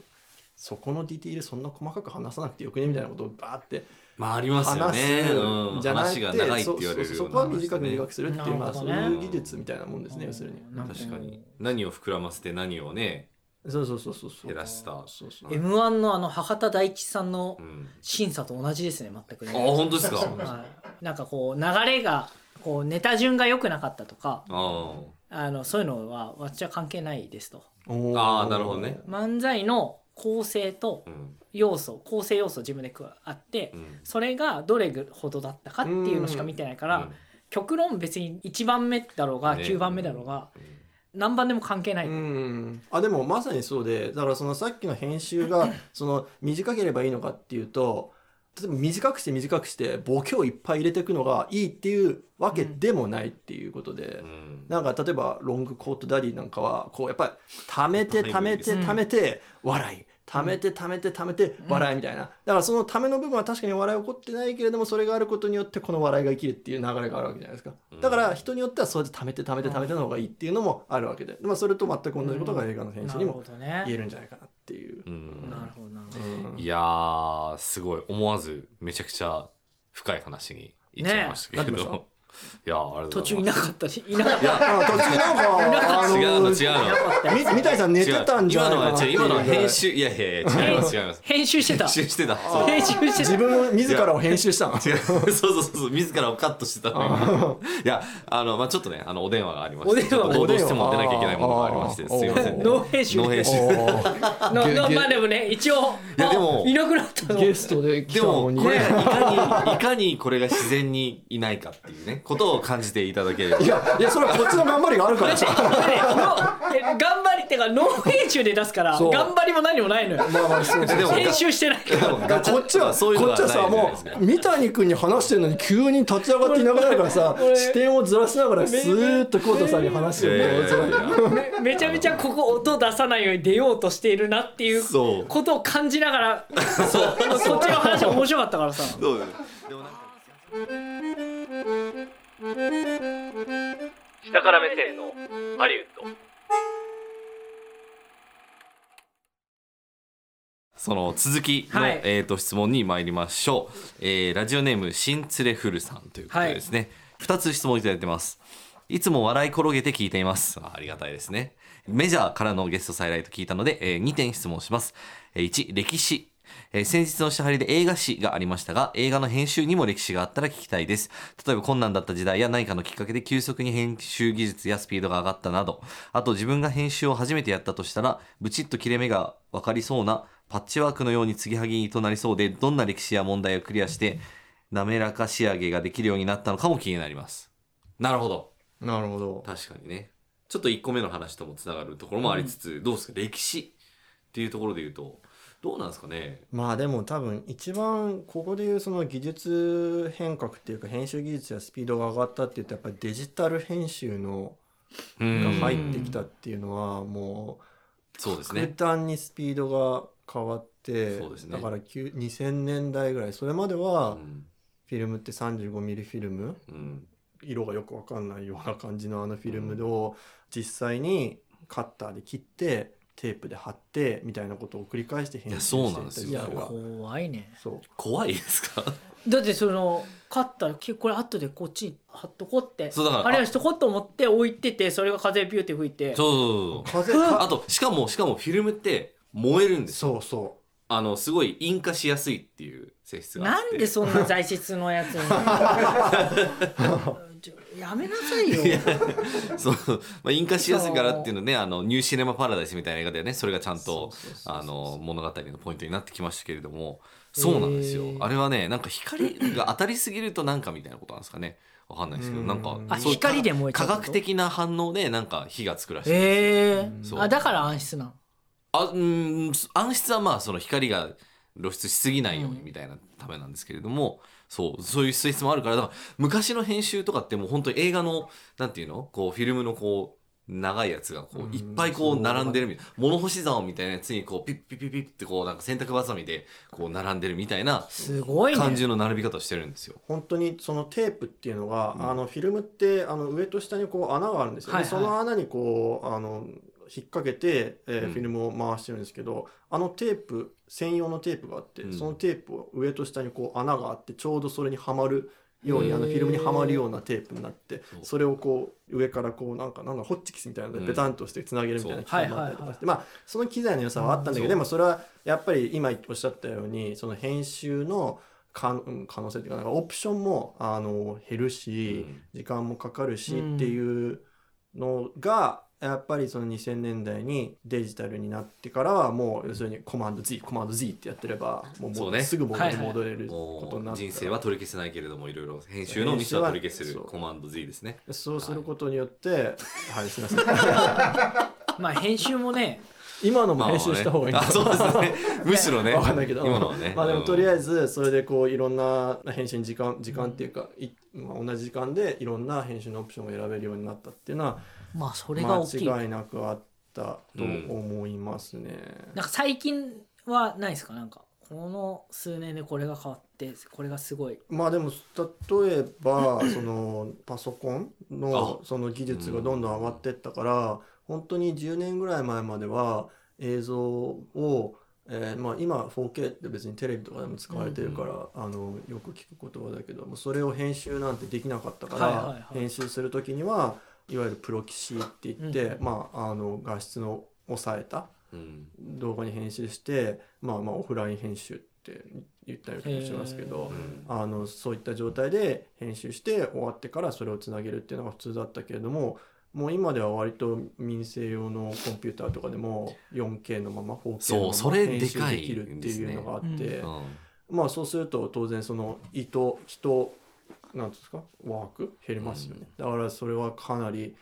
Speaker 5: そこのディティールそんな細かく話さなくてよくねみたいなことをバーって
Speaker 4: まあありま
Speaker 5: 話す
Speaker 4: うん
Speaker 5: じゃなく
Speaker 4: 話
Speaker 5: て、
Speaker 4: が長いって
Speaker 5: そ
Speaker 4: 言われる
Speaker 5: そ
Speaker 4: よ
Speaker 5: そうこ
Speaker 4: な
Speaker 5: は
Speaker 4: 話です
Speaker 5: 短く
Speaker 4: ね
Speaker 5: 短くするっていう、まあ
Speaker 3: なる
Speaker 5: そ
Speaker 3: ほ
Speaker 5: う
Speaker 3: どね
Speaker 5: いう技術みたいなもんですね要するに
Speaker 3: なるほど
Speaker 4: 確かに何を膨らませて何をね、
Speaker 5: そうそうそうそうそう
Speaker 4: 減らした
Speaker 5: そうそう
Speaker 3: M1 のあの博多大吉さんの
Speaker 4: うん、
Speaker 3: 審査と同じですね、全くね。
Speaker 4: あ本当ですか
Speaker 3: はいなんかこう流れがこうネタ順が良くなかったとか、
Speaker 4: あ
Speaker 3: あのそういうのは私は関係ないですと。
Speaker 5: おー
Speaker 4: あーなるほどね
Speaker 3: 漫才の構成と
Speaker 4: あ、うん
Speaker 3: 要素、構成要素自分であって
Speaker 4: う、ん、
Speaker 3: それがどれほどだったかっていうのしか見てないから、
Speaker 4: うん
Speaker 3: 極論別に1番目だろうが
Speaker 4: ね
Speaker 3: 9番目だろうが何番でも関係ない、
Speaker 5: うんあでもまさにそうでだからそのさっきの編 集がその短ければいいのかっていうと例えば短くして短くしてボケをいっぱい入れていくのがいいっていうわけでもないっていうことで、
Speaker 4: うん
Speaker 5: なんか例えばロングコートダディなんかはこうやっぱり貯めて貯めて
Speaker 3: うん
Speaker 5: 貯めて笑い貯めて貯めて貯めて笑いみたいなだからそのための部分は確かに笑い起こってないけれどもそれがあることによってこの笑いが生きるっていう流れがあるわけじゃないですかだから人によってはそうやって貯めて貯めて貯めての方がいいっていうのもあるわけで、まあ、それと全く同じことが映画の編
Speaker 3: な
Speaker 5: 集に
Speaker 3: るほ
Speaker 5: も
Speaker 3: ど
Speaker 5: 言え
Speaker 3: ね
Speaker 5: るんじゃないかなっていう
Speaker 4: う。ん
Speaker 3: なるほどなるほど
Speaker 5: うん
Speaker 4: いやーすごい思わずめちゃくちゃ深い話にいっちゃいましたけど、
Speaker 5: ねえなってま
Speaker 4: いやーありがと
Speaker 3: 途
Speaker 4: うご
Speaker 3: 中い
Speaker 4: ざいま
Speaker 3: な
Speaker 4: す
Speaker 3: かったしいなかった
Speaker 5: あ途中なんかあの
Speaker 4: 違うの違うの
Speaker 5: み三谷さん寝てたんじゃないかな
Speaker 4: 違う今のは違う今のは編集
Speaker 5: 集
Speaker 4: いやいやいや違います違います
Speaker 3: 編集してた
Speaker 4: 編集
Speaker 3: 編
Speaker 4: してたそう
Speaker 3: 集してた
Speaker 5: 自分自らを編集し たの
Speaker 4: 違うそうそうそうそう自らをカットしてたの今いやあのまあちょっとねあのお電話がありまして
Speaker 3: お電話
Speaker 4: ちょっとどうどう
Speaker 5: お電話
Speaker 4: しても出なきゃいけないものがありまして
Speaker 5: あ
Speaker 4: す
Speaker 5: ー
Speaker 4: いません
Speaker 5: お
Speaker 3: ノー編集
Speaker 4: ノー編集
Speaker 5: おー
Speaker 3: の
Speaker 5: げ
Speaker 3: の
Speaker 5: げ
Speaker 3: まあでもね一応
Speaker 4: いやでも
Speaker 3: あいなくなったの
Speaker 5: ゲストで来
Speaker 4: で
Speaker 5: た
Speaker 4: も
Speaker 5: のに
Speaker 4: これいかにいかにこれが自然にいないかっていうねことを感じていただければ
Speaker 5: いやいやそれはこっちの頑張りがあるか らさ
Speaker 3: え頑張りってかノー編集で出すから
Speaker 5: そう
Speaker 3: 頑張りも何もないのよ
Speaker 5: まあまあそう
Speaker 4: でも
Speaker 3: 編集してないから
Speaker 4: ガチャ
Speaker 5: こっちは
Speaker 4: そういうの
Speaker 5: こ
Speaker 4: が
Speaker 5: っちはさ
Speaker 4: ないじゃない
Speaker 5: も
Speaker 4: ですか
Speaker 5: う三谷君に話してるのに急に立ち上がっていなくなるからさ
Speaker 3: 俺
Speaker 5: 視点をずらしながらスーッと久保田さんに話して
Speaker 4: いやい
Speaker 5: る
Speaker 4: やいや いや
Speaker 3: めめちゃめちゃここ音出さないように出ようとしているなっていう
Speaker 4: そう
Speaker 3: ことを感じながら そうこっちの話面白かったからさ
Speaker 4: そうですでもなんか
Speaker 1: 下から目線のハリウッド
Speaker 4: その続きの、
Speaker 3: はい
Speaker 4: えー、と質問に参りましょう、えーラジオネームシンツレフルさんということでですね、2つ質問いただいてますいつも笑い転げて聞いていますあありがたいですねメジャーからのゲスト再来と聞いたので、え2点質問します、え1歴史えー先日の支配りで映画史がありましたが、映画の編集にも歴史があったら聞きたいです。例えば困難だった時代や何かのきっかけで急速に編集技術やスピードが上がったなど、あと自分が編集を初めてやったとしたら、ブチッと切れ目が分かりそうなパッチワークのように継ぎはぎとなりそうで、どんな歴史や問題をクリアして、滑らか仕上げができるようになったのかも気になります。なるほど。
Speaker 5: なるほど
Speaker 4: 確かにね。ちょっと1個目の話ともつながるところもありつつ、どうですか歴史っていうところで言うと、どうなんですかね
Speaker 5: まあでも多分一番ここでいうその技術変革っていうか編集技術やスピードが上がったって言うとやっぱりデジタル編集のが入ってきたっていうのはも
Speaker 4: そう
Speaker 5: う
Speaker 4: です
Speaker 5: 格
Speaker 4: ね。
Speaker 5: 段にスピードが変わって
Speaker 4: そうですね
Speaker 5: だから9 2000年代ぐらいそれまで
Speaker 4: う
Speaker 5: は
Speaker 4: ん
Speaker 5: フィルムって 35mm フィルム
Speaker 4: うん
Speaker 5: 色がよくわかんないような感じのあのフィルムを実際にカッターで切ってテープで貼ってみたいなことを繰り返して編集して
Speaker 4: そうなんですよ
Speaker 5: い
Speaker 3: い
Speaker 5: っ
Speaker 3: や
Speaker 5: たりとか
Speaker 3: 怖いね
Speaker 5: そう
Speaker 4: 怖いで すか
Speaker 3: だってその勝ったら結構これ後でこっち貼っとこうって
Speaker 4: そうだから
Speaker 3: あれはしとこうと思って置いててそれが風ビューって吹いて
Speaker 4: そうそうそう
Speaker 5: 風
Speaker 4: そう あとしかもしかもフィルムって燃えるんですよ
Speaker 5: そうそ
Speaker 4: あのすごい引火しやすいっていう性質があ
Speaker 3: な
Speaker 4: って
Speaker 3: んでそんな材質のやつにちょやめなさいよ
Speaker 4: そう、まあ、引火しやすいからっていうのねあのニューシネマ・パラダイスみたいな映画でねそれがちゃんとあの物語のポイントになってきましたけれどもそうなんですよ、
Speaker 3: へー
Speaker 4: あれはねなんか光が当たりすぎるとなんかみたいなことなんですかねわかんないですけど
Speaker 5: うん
Speaker 4: なんか
Speaker 3: あ
Speaker 4: そういう
Speaker 3: 光で燃えちゃ
Speaker 4: 科
Speaker 3: うってこと
Speaker 4: 学的な反応でなんか火がつくらしいです
Speaker 3: ええ
Speaker 4: そう
Speaker 3: あだから暗室なの
Speaker 4: あうーん暗室はまあその光が露出しすぎないようにみたいなためなんですけれども、そうそういう性質もあるからだから昔の編集とかってもう本当に映画のなんていうのこうフィルムのこう長いやつがこ
Speaker 5: うん
Speaker 4: ういっぱいこう並んでるみたいな物干し竿みたいなやつにこうピッピッピッピッってこうなんか洗濯ばさみでこう並んでるみたいな
Speaker 3: すごいね
Speaker 4: 感じの並び方をしてるんですよ。
Speaker 5: 本当にそのテープっていうのが、
Speaker 4: うん
Speaker 5: あのフィルムってあの上と下にこう穴があるんですよ、
Speaker 3: は
Speaker 5: ね
Speaker 3: いはい
Speaker 5: その穴にこうあの引っ掛けて、えー
Speaker 4: うん
Speaker 5: フィルムを回してるんですけどあのテープ専用のテープがあって、
Speaker 4: うん
Speaker 5: そのテープを上と下にこう穴があってちょうどそれにはまるよう
Speaker 3: へ
Speaker 5: に
Speaker 3: ー
Speaker 5: あのフィルムにはまるようなテープになって
Speaker 4: そう
Speaker 5: それをこう上からこうなんかなんだホッチキスみたいなの
Speaker 4: う
Speaker 5: で
Speaker 4: ん
Speaker 5: ペタンとしてつなげるみたいな機械もあったりとかして、まあその機材の良さはあったんだけど、
Speaker 4: うん
Speaker 5: でもそれはやっぱり今おっしゃったようにその編集の可うん可能性っていうかなんかオプションもあの減るし、時間もかかるし
Speaker 3: うん
Speaker 5: っていうのが、やっぱりその2000年代にデジタルになってからはもう要するにコマンド Z コマンド Z ってやってればもうも
Speaker 4: そう
Speaker 5: う
Speaker 4: ね
Speaker 5: すぐ
Speaker 3: は
Speaker 5: 戻
Speaker 3: いはい
Speaker 5: 戻れるこ
Speaker 4: も
Speaker 5: とにな
Speaker 4: う
Speaker 5: って、
Speaker 4: 人生は取り消せないけれどもいろいろ編集のミスは取り消せるコマンド Z ですね。
Speaker 5: そうすることによってはいすいません
Speaker 3: まあ編集もね
Speaker 5: 今のも
Speaker 4: まあまあ
Speaker 5: 編
Speaker 4: ね
Speaker 5: 集した方がいいんだ
Speaker 4: あそうですね。むしろね。
Speaker 5: わかんないけど
Speaker 4: 今のはね。
Speaker 5: まあでもとりあえ
Speaker 4: ず。
Speaker 5: ずそれでこういろんな編集に時間時間っていうか、いまあ、同じ時間でいろんな編集のオプションを選べるようになったっていうのは
Speaker 3: まあそれが大きい
Speaker 5: 間違いなくあったと思いますね。
Speaker 3: なんか最近はないですかなんかこの数年でこれが変わってこれがすごい
Speaker 5: まあでも例え ばそのパソコンのその技術がどんどん上がってったから本当に10年ぐらい前までは映像を、えーまあ、今 4K って別にテレビとかでも使われてるから、あのよく聞く言葉だけどもうそれを編集なんてできなかったから、
Speaker 3: はいはいはい
Speaker 5: 編集する時にはいわゆるプロキシって言って、
Speaker 3: うん
Speaker 5: まあ、あの画質の抑えた
Speaker 4: うん
Speaker 5: 動画に編集して、まあ、まあオフライン編集って言ったりもしますけど。
Speaker 4: うん
Speaker 5: あのそういった状態で編集して終わってからそれをつなげるっていうのが普通だったけれどももう今では割と民生用のコンピューターとかでも 4K のまま 4K の
Speaker 4: そう
Speaker 5: ま
Speaker 4: そ
Speaker 5: ま
Speaker 4: れ
Speaker 5: 編
Speaker 4: で
Speaker 5: 集
Speaker 4: か
Speaker 5: で
Speaker 4: い
Speaker 5: きるっていうのがあっ
Speaker 3: んですね
Speaker 5: てまあそうすると当然その意図人なんていうんですかワーク減りますよね、だからそれはかなり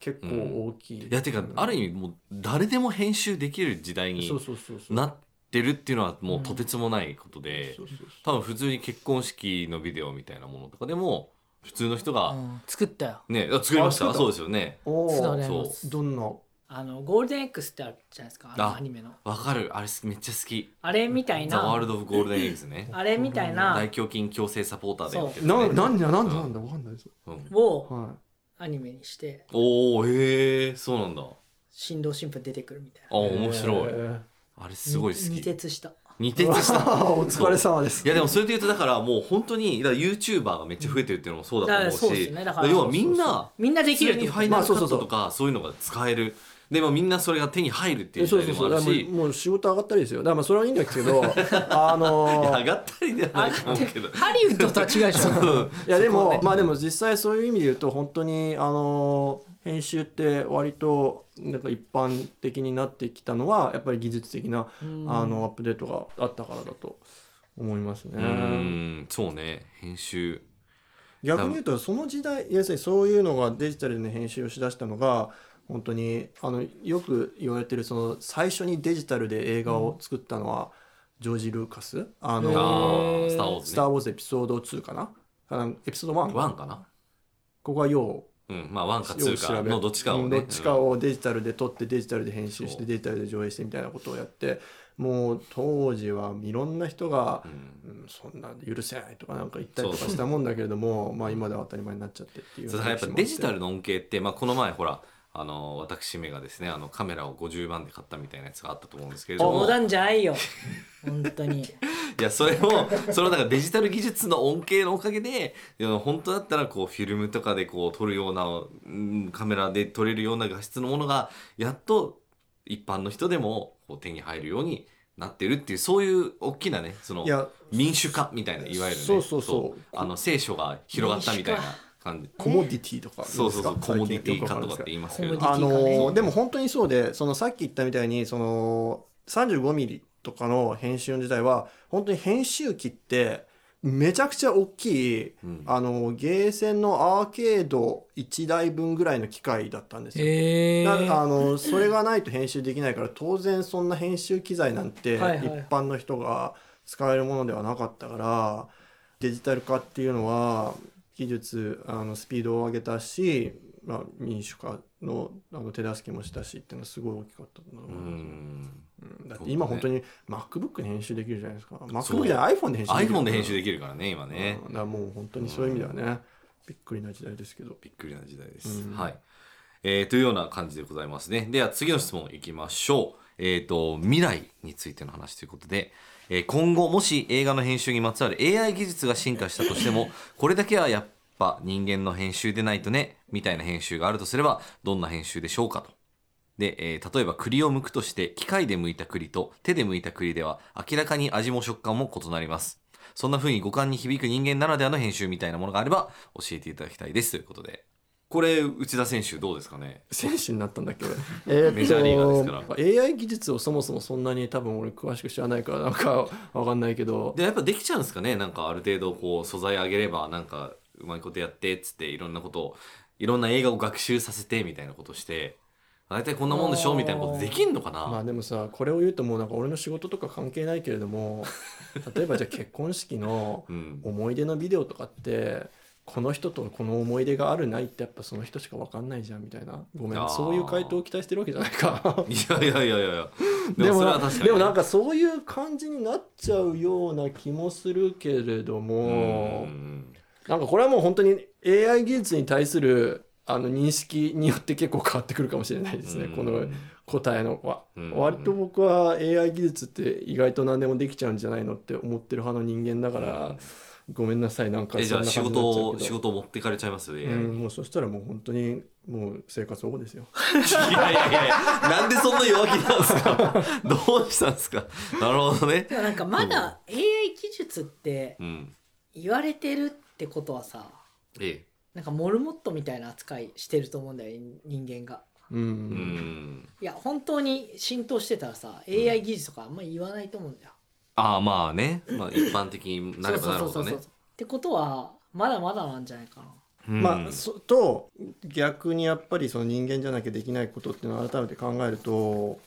Speaker 5: 結構大きい、
Speaker 4: いやてかある意味もう誰でも編集できる時代に
Speaker 5: そうそうそうそう
Speaker 4: なってるっていうのはもうとてつもないことで、
Speaker 5: そうそうそう
Speaker 4: 多分普通に結婚式のビデオみたいなものとかでも普通の人が、
Speaker 3: うん作ったよ
Speaker 4: ねあ作りまし
Speaker 5: あ
Speaker 4: た
Speaker 5: 作
Speaker 4: そう
Speaker 5: っ
Speaker 4: ですよね
Speaker 5: お
Speaker 3: そうだ
Speaker 5: ー
Speaker 3: ね
Speaker 4: そ
Speaker 5: どんな
Speaker 3: あのゴールデン X ってあるじゃないですかあの
Speaker 4: あ
Speaker 3: アニメの
Speaker 4: うわかるあれめっちゃ好き
Speaker 3: あれみたい
Speaker 4: 「ザ・ワール
Speaker 3: な
Speaker 4: ド・オブ・ゴールデン・エッグスね」
Speaker 3: あれみたいな
Speaker 4: 大胸筋強制サポーターでやってる
Speaker 5: な
Speaker 4: やつね
Speaker 5: なんだなんだなんだわかんないです
Speaker 4: うん
Speaker 3: を
Speaker 5: は
Speaker 3: アニメにして
Speaker 4: おおへえそうなんだ
Speaker 3: 新郎新婦出てくるみたい
Speaker 4: あ
Speaker 3: な
Speaker 5: えー
Speaker 4: 面白い、
Speaker 5: あ
Speaker 4: あれすごい好
Speaker 3: に
Speaker 4: き
Speaker 3: 二徹した
Speaker 4: 似てたした
Speaker 5: ー お疲れ様です
Speaker 4: いやでもそれで言うとだからもう本当にだから YouTuber がめっちゃ増えてるっていうのもそうだと思うし
Speaker 3: だからそうですねだから
Speaker 4: 要はみんな
Speaker 3: みんなで
Speaker 4: 普
Speaker 3: きる
Speaker 4: 通
Speaker 3: って
Speaker 4: に
Speaker 3: こ
Speaker 4: フ
Speaker 3: と
Speaker 4: ァイナルカッ
Speaker 5: まあそうそ
Speaker 4: ト
Speaker 5: うそ
Speaker 4: と
Speaker 5: う
Speaker 4: かそういうのが使えるでもみんなそれが手に入るっていう時
Speaker 5: そう
Speaker 4: 代で
Speaker 5: そう
Speaker 4: も
Speaker 5: そ
Speaker 4: ある
Speaker 5: うだから
Speaker 4: し
Speaker 5: もうもう仕事上がったりですよだからまあそれはいいんですけ どあ
Speaker 4: い
Speaker 5: の
Speaker 4: や
Speaker 5: ー
Speaker 4: 上がったりではないと思うけど
Speaker 3: ハリウッドとは違うでしょ
Speaker 5: いやでも、まあでも実際そういう意味で言うと本当にあの編集って割となんか一般的になってきたのはやっぱり技術的な、あのアップデートがあったからだと思います
Speaker 4: う
Speaker 5: ね。
Speaker 4: んそうね編集
Speaker 5: 逆に言うとその時代要するにそういうのがデジタルで編集をしだしたのが本当にあのよく言われてるその最初にデジタルで映画を作ったのはジョージ・ルーカスあ
Speaker 4: あ
Speaker 5: の
Speaker 4: ースター・ウォー
Speaker 5: 「ス
Speaker 4: ズね
Speaker 5: ター・ウォーズ」エピソード2かなかなエピソード1
Speaker 4: 1かな
Speaker 5: ここは要
Speaker 4: うんまあ1か2かのどっちかを
Speaker 5: うん
Speaker 4: ね
Speaker 5: どっちかをデジタルで撮ってデジタルで編集し
Speaker 4: そ
Speaker 5: て
Speaker 4: う
Speaker 5: デジタルで上映してみたいなことをやってもう当時はいろんな人が
Speaker 4: う、ん
Speaker 5: うん、そんな許せないとかなんか言ったりとかしたもんだけれどもまあ今では当たり前になっちゃってっていう
Speaker 4: そうだからやっぱデジタルの恩恵って、まあ、この前ほらあの私めがですねあのカメラを50万で買ったみたいなやつがあったと思うんですけれども
Speaker 3: 冗談じゃないよ本当に
Speaker 4: いやそれもそのなんかデジタル技術の恩恵のおかげでいや本当だったらこうフィルムとかでこう撮るような、うんカメラで撮れるような画質のものがやっと一般の人でもこう手に入るようになってるっていうそういう大きなねその
Speaker 5: いや
Speaker 4: 民主化みたいないわゆるね
Speaker 5: そうそうそう
Speaker 4: あの聖書が広がったみたいな感じ。
Speaker 5: コモディティとかですか
Speaker 4: そうそうそうコ
Speaker 5: 最近
Speaker 4: モディティ化
Speaker 5: よくわ
Speaker 4: とかって
Speaker 5: かんないですけど
Speaker 4: 言いますけれ
Speaker 3: コ
Speaker 4: ど
Speaker 3: モディティ化
Speaker 5: あの
Speaker 3: ね
Speaker 5: ーでも本当にそうでそのさっき言ったみたいにその35ミリとかの編集の時代は本当に編集機ってめちゃくちゃ大きい、
Speaker 4: うん
Speaker 5: あのゲーセンのアーケード1台分ぐらいの機械だったんですよ。
Speaker 3: へ
Speaker 5: だあのそれがないと編集できないから当然そんな編集機材なんて一
Speaker 3: はいはい
Speaker 5: 般の人が使えるものではなかったからデジタル化っていうのは技術あのスピードを上げたし、まあ、民主化のあの手助けもしたしっていうのはすごい大きかったと思
Speaker 4: う
Speaker 5: います
Speaker 4: ん
Speaker 5: うんだって今
Speaker 4: そう
Speaker 5: 本
Speaker 4: だ
Speaker 5: 当に MacBook で編集できるじゃないですか MacBook じゃない iPhone で編集できる
Speaker 4: iPhone で編集できるからね今ね
Speaker 5: うんだからもう本当にそういう意味ではね、びっくりな時代ですけど
Speaker 4: びっくりな時代です、
Speaker 5: うん
Speaker 4: はい、えーというような感じでございますねでは次の質問いきましょうえっ、と未来についての話ということで、えー今後もし映画の編集にまつわる AI 技術が進化したとしても これだけはやっぱ人間の編集でないとねみたいな編集があるとすればどんな編集でしょうかとで、えー例えば栗を剥くとして機械で剥いた栗と手で剥いた栗では明らかに味も食感も異なりますそんな風に五感に響く人間ならではの編集みたいなものがあれば教えていただきたいですということでこれ内田選手どうですかね
Speaker 5: 選手になったんだっけ俺えーっと
Speaker 4: メジャーリーガーですから
Speaker 5: AI 技術をそもそもそんなに多分俺詳しく知らないからなんかわかんないけど
Speaker 4: でやっぱできちゃうんですかねなんかある程度こう素材上げればなんかうまいことやってっつっていろんなことをいろんな映画を学習させてみたいなことして大体こんなもんでしょみたいなことできんのかな、
Speaker 5: まあでもさこれを言うともうなんか俺の仕事とか関係ないけれ ども例えばじゃあ結婚式の
Speaker 4: うん、
Speaker 5: 思い出のビデオとかってこの人とこの思い出があるないってやっぱその人しかわかんないじゃんみたいなごめ
Speaker 4: あ
Speaker 5: ん
Speaker 4: ー
Speaker 5: そういう回答を期待してるわけじゃない か
Speaker 4: いやいやいやいやい や
Speaker 5: で
Speaker 4: でも
Speaker 5: も
Speaker 4: それ
Speaker 5: な
Speaker 4: は確かに
Speaker 5: でもなんかそういう感じになっちゃうような気もするけれど
Speaker 4: う
Speaker 5: も。
Speaker 4: ん
Speaker 5: なんかこれはもう本当に AI 技術に対するあの認識によって結構変わってくるかもしれないですね、この答えのは、
Speaker 4: うん
Speaker 5: 割と僕は AI 技術って意外と何でもできちゃうんじゃないのって思ってる派の人間だから、ごめんなさいなんか
Speaker 4: えじ
Speaker 5: そ
Speaker 4: ゃ
Speaker 5: ん
Speaker 4: あ
Speaker 5: な
Speaker 4: 仕
Speaker 5: 感じになっ
Speaker 4: 事
Speaker 5: ちゃう
Speaker 4: を
Speaker 5: けど
Speaker 4: 仕事を持ってかれちゃいますよ、AI
Speaker 5: うん、もうそしたらもう本当にもう生活保護ですよ
Speaker 4: いやいやいやなんでそんな弱気なんですかどうしたんですかなるほどね
Speaker 3: でもなんかまだ AI 技術って
Speaker 4: うん
Speaker 3: 言われてるってことはさ
Speaker 4: ええ
Speaker 3: なんかモルモットみたいな扱いしてると思うんだよ人間が
Speaker 5: うん、
Speaker 4: うん
Speaker 3: いや本当に浸透してたらさ AI 技術とかあんま言わないと思うんだよ、
Speaker 4: ああまあね、まあ、一般的になればなるほどね
Speaker 3: ってことはまだまだなんじゃないかな
Speaker 4: うん
Speaker 5: まあ、そと逆にやっぱりその人間じゃなきゃできないことっていうのを改めて考えると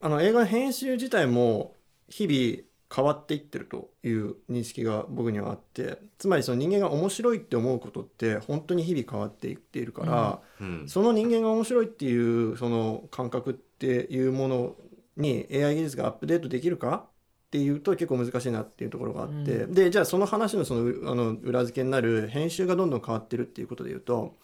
Speaker 5: あの映画の編集自体も日々変わっていってるという認識が僕にはあってつまりその人間が面白いって思うことって本当に日々変わっていっているから、
Speaker 4: うん
Speaker 5: その人間が面白いっていうその感覚っていうものに AI 技術がアップデートできるかっていうと結構難しいなっていうところがあって、
Speaker 3: う
Speaker 5: でじゃあその話のそのうあの裏付けになる編集がどんどん変わってるっていうことで言うと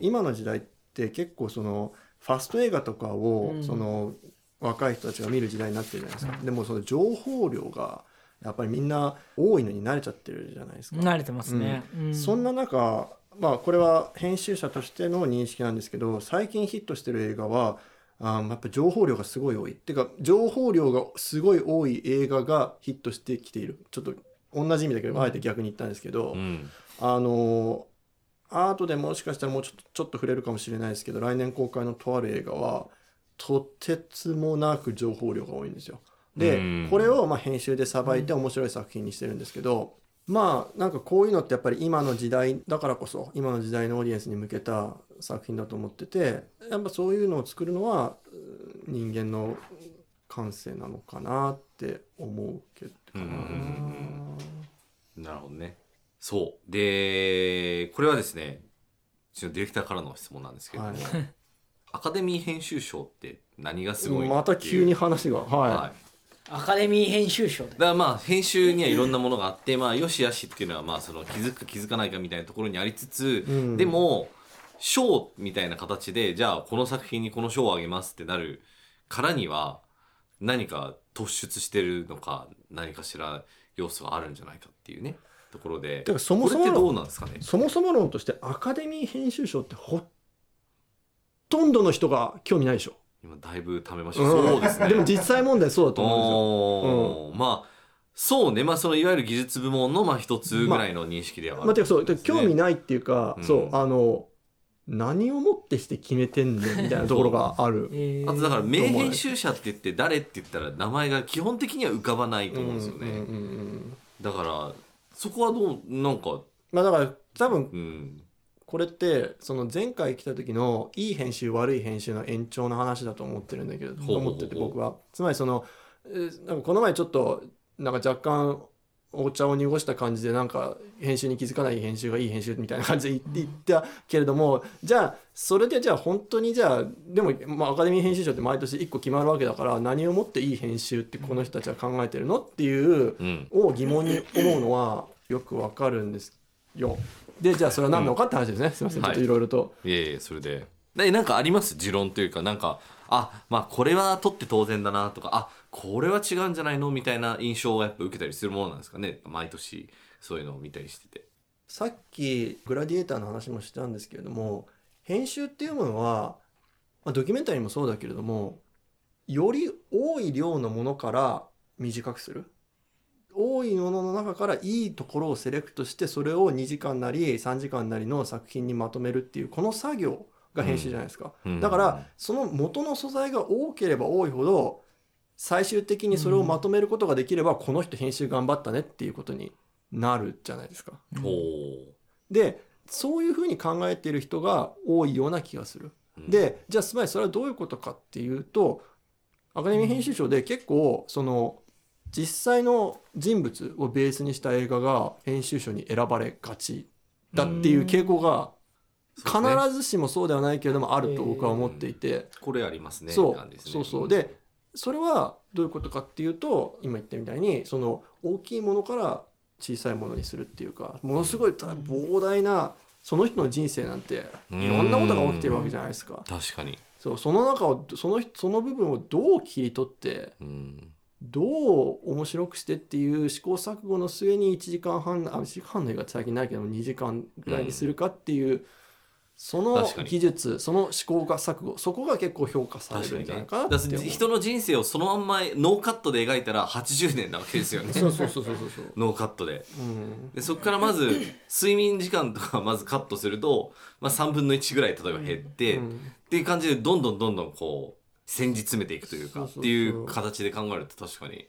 Speaker 5: 今の時代って結構そのファスト映画とかを
Speaker 3: うん
Speaker 5: その若い人たちが見る時代になってるじゃないですか。でもその情報量がやっぱりみんな多いのに慣れちゃってるじゃないですか。
Speaker 3: 慣れてますね、う
Speaker 5: そん
Speaker 3: な
Speaker 5: な中、まあ、これは編集者としての認識なんですけど最近ヒットしてる映画はあーやっぱ情報量がすごい多いっていうか情報量がすごい多い映画がヒットしてきているちょっと同じ意味だけど、あえて逆に言ったんですけど、
Speaker 4: うん
Speaker 5: あのアートでもしかしたらもうちょっとちょっと触れるかもしれないですけど来年公開のとある映画はとてつもなく情報量が多いんですよ。で、
Speaker 4: うん
Speaker 5: これをまあ編集でさばいて面白い作品にしてるんですけど、まあなんかこういうのってやっぱり今の時代だからこそ今の時代のオーディエンスに向けた作品だと思っててやっぱそういうのを作るのはうん人間の感性なのかなって思うけど。
Speaker 4: うんうんうんうんなるほどねそうでこれはですねうちのディレクターからの質問なんですけれども、
Speaker 5: は
Speaker 4: アカデミー編集賞って何がすごいっていう
Speaker 5: また急に話が、
Speaker 4: はい、
Speaker 5: は
Speaker 4: だか
Speaker 3: アカデミー編集賞で。
Speaker 4: らまあ編集にはいろんなものがあってまあよしよしっていうのはまあその気づくか気づかないかみたいなところにありつつ、
Speaker 5: うん
Speaker 4: でも賞みたいな形でじゃあこの作品にこの賞をあげますってなるからには何か突出してるのか何かしら要素があるんじゃないかっていうねところで
Speaker 5: てかそもそも
Speaker 4: これってどうなんですかね
Speaker 5: い、そもそも論としてアカデミー編集賞ってほとんどの人が興味ないでしょ、
Speaker 4: 今だいぶためました、そうですね
Speaker 5: でも実際問題そうだと思
Speaker 4: おーまあそうねまあそのいわゆる技術部門のまあ一つぐらいの認識で
Speaker 5: うんで
Speaker 4: は
Speaker 5: すよ。
Speaker 4: あ
Speaker 5: まあ、
Speaker 4: る
Speaker 5: てかそうてか興味
Speaker 4: ない
Speaker 5: ないっていうか、
Speaker 4: うん
Speaker 5: そうあの何をもってして決めてんねんみたいなところがある
Speaker 3: えー
Speaker 4: あとだから名編集者って言って誰って言ったら名前が基本的には浮かばないと思うんですよね、
Speaker 5: うんうんうん
Speaker 4: だからそこはどうなんか
Speaker 5: まあだから多
Speaker 4: う
Speaker 5: 分
Speaker 4: ん
Speaker 5: これってその前回来た時のいい編集悪い編集の延長の話だと思ってるんだけど
Speaker 4: ほうほうほう
Speaker 5: 思ってて僕はつまりそのえーなんかこの前ちょっとなんか若干お茶を濁した感じでなんか編集に気づかない編集がいい編集みたいな感じで言って言ったけれどもじゃあそれでじゃあ本当にじゃあでも、まあ、アカデミー編集賞って毎年1個決まるわけだから何をもっていい編集ってこの人たちは考えてるのっていう
Speaker 4: うん
Speaker 5: を疑問に思うのはよくわかるんですよ。でじゃあそれは何なのかって話ですね、すみませんちょ
Speaker 4: は
Speaker 5: っ
Speaker 4: い
Speaker 5: といろいろと、
Speaker 4: いえいえそれででなんかあります持論というかなんかあまあこれは取って当然だなとかあこれは違うんじゃないのみたいな印象をやっぱ受けたりするものなんですかね毎年そういうのを見たりしてて
Speaker 5: さっきグラディエーターの話もしたんですけれども編集っていうものは、まあ、ドキュメンタリーもそうだけれどもより多い量のものから短くする多いものの中からいいところをセレクトしてそれを2時間なり3時間なりの作品にまとめるっていうこの作業が編集じゃないですか、
Speaker 4: うん
Speaker 5: だからその元の素材が多ければ多いほど最終的にそれをまとめることができれば、この人編集頑張ったねっていうことになるじゃないですか。
Speaker 4: お
Speaker 5: でそういうふうに考えている人が多いような気がする。
Speaker 4: ー
Speaker 5: でじゃあつまりそれはどういうことかっていうとアカデミー編集賞で結構その実際の人物をベースにした映画が編集賞に選ばれがちだっていう傾向が必
Speaker 4: そうですね
Speaker 5: ずしもそうではないけれどもあると僕は思っていて。
Speaker 4: これありますね
Speaker 5: そう
Speaker 4: なんですね
Speaker 5: そうそうでそれはどういうことかっていうと今言ったみたいにその大きいものから小さいものにするっていうかものすごいた膨大なその人の人生なんて
Speaker 4: うん
Speaker 5: いろんなことが起きてるわけじゃないですか
Speaker 4: 確かに
Speaker 5: そうその中をそのその部分をどう切り取って
Speaker 4: うん
Speaker 5: どう面白くしてっていう試行錯誤の末に1時間半あ1時間半の映画って最近ないけど2時間ぐらいにするかっていう、その
Speaker 4: 確かに
Speaker 5: 技術その試行錯誤そこが結構評価され
Speaker 4: 確か
Speaker 5: るん
Speaker 4: に
Speaker 5: じゃない
Speaker 4: ね
Speaker 5: かなって
Speaker 4: だ
Speaker 5: 思う
Speaker 4: から人の人生をそのまんまノーカットで描いたら80年なわけですよね
Speaker 5: そうそうそうそうそうそう。
Speaker 4: ノーカットで
Speaker 5: うん。
Speaker 4: でそこからまず睡眠時間とかまずカットすると、まあ、3分の1ぐらい例えば減って、っていう感じでどんどんどんどんこう戦時詰めていくというか
Speaker 5: そうそうそ
Speaker 4: っ
Speaker 5: う
Speaker 4: ていう形で考えると確かに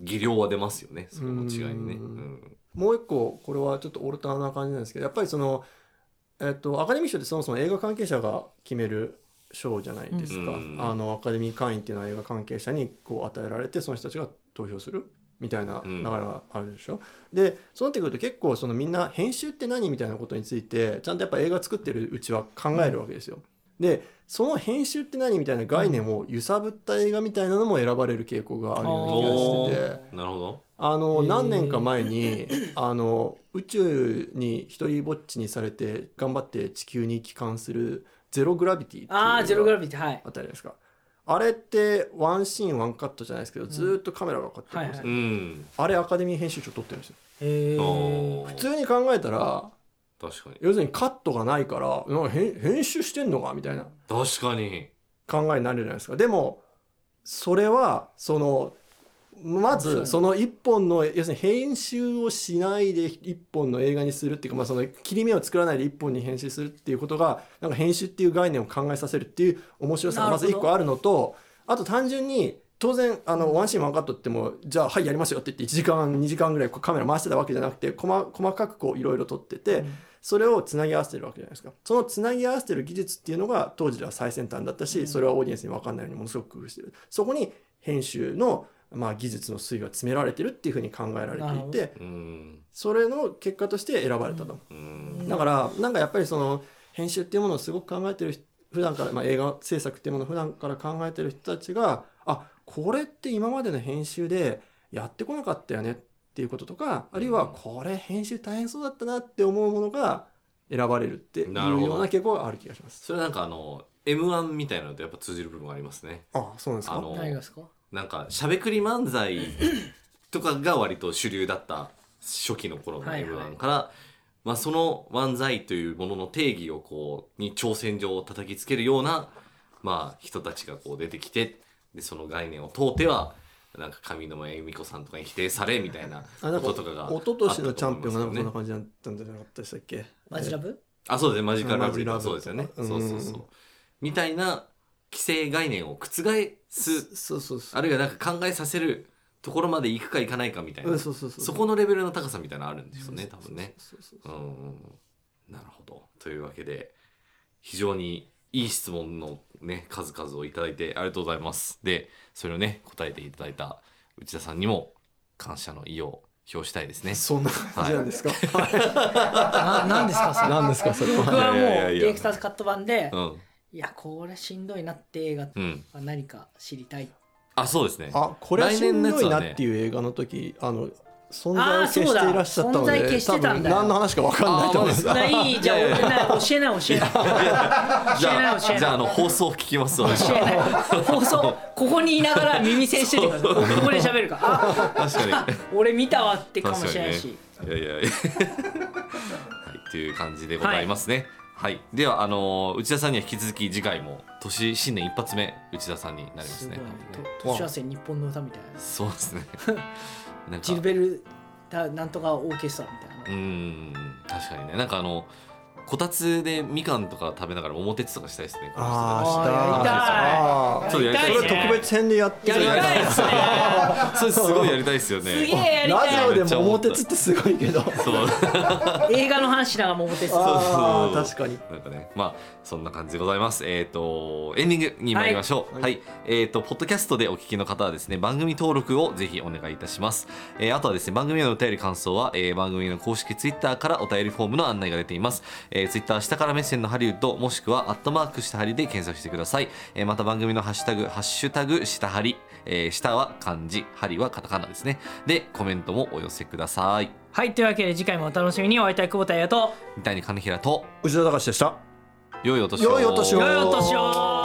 Speaker 4: 技量は出ますよねそこの違いにね、
Speaker 5: う
Speaker 4: うんん
Speaker 5: もう一個これはちょっとオルターな感じなんですけどやっぱりその、えっと、アカデミー賞ってそもそも映画関係者が決める賞じゃないですか、
Speaker 4: うん
Speaker 5: あのアカデミー会員っていうのは映画関係者にこう与えられてその人たちが投票するみたいな流れがあるでしょ、でそうなってくると結構そのみんな編集って何みたいなことについてちゃんとやっぱ映画作ってるうちは考えるわけですよ。でその編集って何みたいな概念を揺さぶった映画みたいなのも選ばれる傾向があるような気がしてて。
Speaker 4: なるほど。
Speaker 5: あ
Speaker 3: へ
Speaker 5: の
Speaker 3: ー
Speaker 5: 何年か 前にあの宇宙に一人ぼっちにされて頑張って地球に帰還する「ゼログラビティ」っていう
Speaker 3: ああ、ゼログラ
Speaker 5: ビ
Speaker 3: ビティ、はい
Speaker 5: あ。ったじゃないですかあれってワンシーンワンカットじゃないですけど、ずーっとカメラがこうやってるんですよ
Speaker 3: は
Speaker 4: うん。
Speaker 5: あれアカデミー編集長撮ってるんですよ
Speaker 3: へー
Speaker 4: 普
Speaker 5: 普通に考えたら
Speaker 4: 確かに。
Speaker 5: 要するにカットがないからなんか編編集してんのかみたいな
Speaker 4: 確かに。
Speaker 5: 考えになるじゃないですかでもそれはそのま
Speaker 3: そうね
Speaker 5: ずその一本の要するに編集をしないで一本の映画にするっていうか、まあ、その切り目を作らないで一本に編集するっていうことがなんか編集っていう概念を考えさせるっていう面白さがまず
Speaker 3: な
Speaker 5: 一
Speaker 3: るほど
Speaker 5: 個あるのとあと単純に当然あのワンシーンワンカットってもじゃあはいやりますよって言って1時間2時間ぐらいこうカメラ回してたわけじゃなくて細細かくこういろいろ撮ってて、それをつなぎ合わせてるわけじゃないですかそのつなぎ合わせてる技術っていうのが当時では最先端だったし、
Speaker 3: うん
Speaker 5: それはオーディエンスに分かんないようにものすごく工夫してるそこに編集の、まあ、技術の推移が詰められてるっていうふうに考えられていて
Speaker 4: うん。
Speaker 5: それの結果として選ばれたと、
Speaker 4: うん。
Speaker 5: だからなんかやっぱりその編集っていうものをすごく考えてる人普段から、まあ、映画制作っていうものを普段から考えてる人たちがあこれって今までの編集でやってこなかったよねっていうこととかあるいはこれ編集大変そうだったなって思うものが選ばれるっていう
Speaker 4: なるほど
Speaker 5: ような傾向がある気がします。
Speaker 4: それなんかあの、M1 みたいなのとやっぱ通じる部分がありますね。
Speaker 5: あそうなんです
Speaker 4: あ
Speaker 5: か
Speaker 4: の、
Speaker 3: 何がですか
Speaker 4: なんかしゃべくり漫才とかが割と主流だった初期の頃の
Speaker 3: はいはい
Speaker 4: m 1から、まあ、その漫才というものの定義をこうに挑戦状を叩きつけるような、まあ、人たちがこう出てきてでその概念を問うてはなんか上沼恵美子さんとかに否定されみたいな
Speaker 5: あなん
Speaker 4: こ
Speaker 5: か
Speaker 4: ととかが
Speaker 5: 一昨年のチャンピオンがなんかそんな
Speaker 4: あったと思いますよね
Speaker 5: 感じだったんじゃなかったでしたっけ
Speaker 3: マジラブ
Speaker 4: あそうですねマジカルラブリーとか
Speaker 5: マジ
Speaker 4: そ
Speaker 5: ラ
Speaker 4: う
Speaker 5: ブ
Speaker 4: で
Speaker 5: リー
Speaker 4: すよね
Speaker 5: とか
Speaker 4: そうそう
Speaker 5: う
Speaker 4: そ
Speaker 5: ん
Speaker 4: うみたいな既成概念を覆す
Speaker 5: そうそうそう
Speaker 4: あるいはなんか考えさせるところまで行くか行かないかみたいな、
Speaker 5: うんそうそうそう
Speaker 4: そこのレベルの高さみたいなのあるんですよね、多分ね。
Speaker 5: そうそうそう
Speaker 4: うんうん。なるほど。というわけで、非常にいい質問のね、数々をいただいてありがとうございます。で、それをね、答えていただいた内田さんにも感謝の意を表したいですね。
Speaker 5: そんな感じなんですか、
Speaker 3: な何ですかそれ
Speaker 5: なんですかそれは
Speaker 3: 僕はもう
Speaker 4: い
Speaker 3: デ
Speaker 4: やいやいや
Speaker 3: ィレクターズカット版で
Speaker 4: うん。
Speaker 3: いやこれしんどいなって映画
Speaker 4: うん。
Speaker 3: は何か知りた い
Speaker 4: あ、そうですね。
Speaker 5: あこれはしんど
Speaker 4: 来年の
Speaker 5: い
Speaker 4: やつは
Speaker 5: な
Speaker 4: ね
Speaker 5: っていう映画の時、あの存在を消していらっしゃっ
Speaker 3: あーそ
Speaker 5: たの
Speaker 3: うだ存在
Speaker 5: で
Speaker 3: 消してたんだよ
Speaker 5: 多分何の話かわかんないと思います
Speaker 4: あー
Speaker 5: あ
Speaker 3: ないじゃあ
Speaker 4: いやいや
Speaker 3: 教えない教えない教え
Speaker 4: じゃあ、
Speaker 3: 教えない
Speaker 4: じゃあ、あの、放送聞きますわ。
Speaker 3: ない教えない放送ここにいながら耳栓しててくださいここで喋るからあ
Speaker 4: 確かに。
Speaker 3: 俺見たわってかもしれないし、
Speaker 4: いやいやはい、という感じでございますね。はい、ではあのー内田さんには引き続き次回も年新年一発目内田さんになりますす
Speaker 3: ごい
Speaker 4: ね
Speaker 3: ね。
Speaker 4: 多分ね
Speaker 3: と年合わせ日本の歌みたいな
Speaker 4: そうですね。なんか
Speaker 3: ジルベルだなんとかオーケストラみたいな
Speaker 4: うーん確かにねなんかあのこたつでみかんとか食べながら桃鉄とかしたいですね。この人たち
Speaker 3: や
Speaker 5: あー
Speaker 3: りたい
Speaker 5: あ
Speaker 4: そうやりたい
Speaker 5: ー
Speaker 4: で
Speaker 5: こ
Speaker 4: すね
Speaker 5: れ特別編でやって
Speaker 3: やり
Speaker 5: ない
Speaker 3: たいですね
Speaker 4: そうですすごいやりたいですよね。
Speaker 3: すげえやり
Speaker 5: ラ
Speaker 3: たい
Speaker 5: ジオで桃鉄ってすごいけど
Speaker 4: そう
Speaker 3: 映画の話しながら桃鉄
Speaker 5: あ
Speaker 3: は
Speaker 5: あ
Speaker 4: そ
Speaker 5: ー
Speaker 4: うそう
Speaker 5: 確かに
Speaker 4: なんかね、まあそんな感じでございます。えっ、とエンディングに参りましょう。は、
Speaker 5: はいい
Speaker 4: えっ、とポッドキャストでお聞きの方はですね、番組登録をぜひお願いいたします。えーあとはですね、番組へのお便り感想は、えー番組の公式ツイッターからお便りフォームの案内が出ています。えー、ツイッター下から目線のハリウッドもしくはアットマーク下ハリで検索してください。えーまた番組のハッシュタグハッシュタグ下ハリ、えー下は漢字、ハリはカタカナですね。でコメントもお寄せください。
Speaker 3: はいというわけで次回もお楽しみにお会いいたい久保田彩と
Speaker 4: 三谷金平と
Speaker 5: 内田隆でした
Speaker 4: 良いお年を。
Speaker 5: 良いお年を
Speaker 3: 良いお年を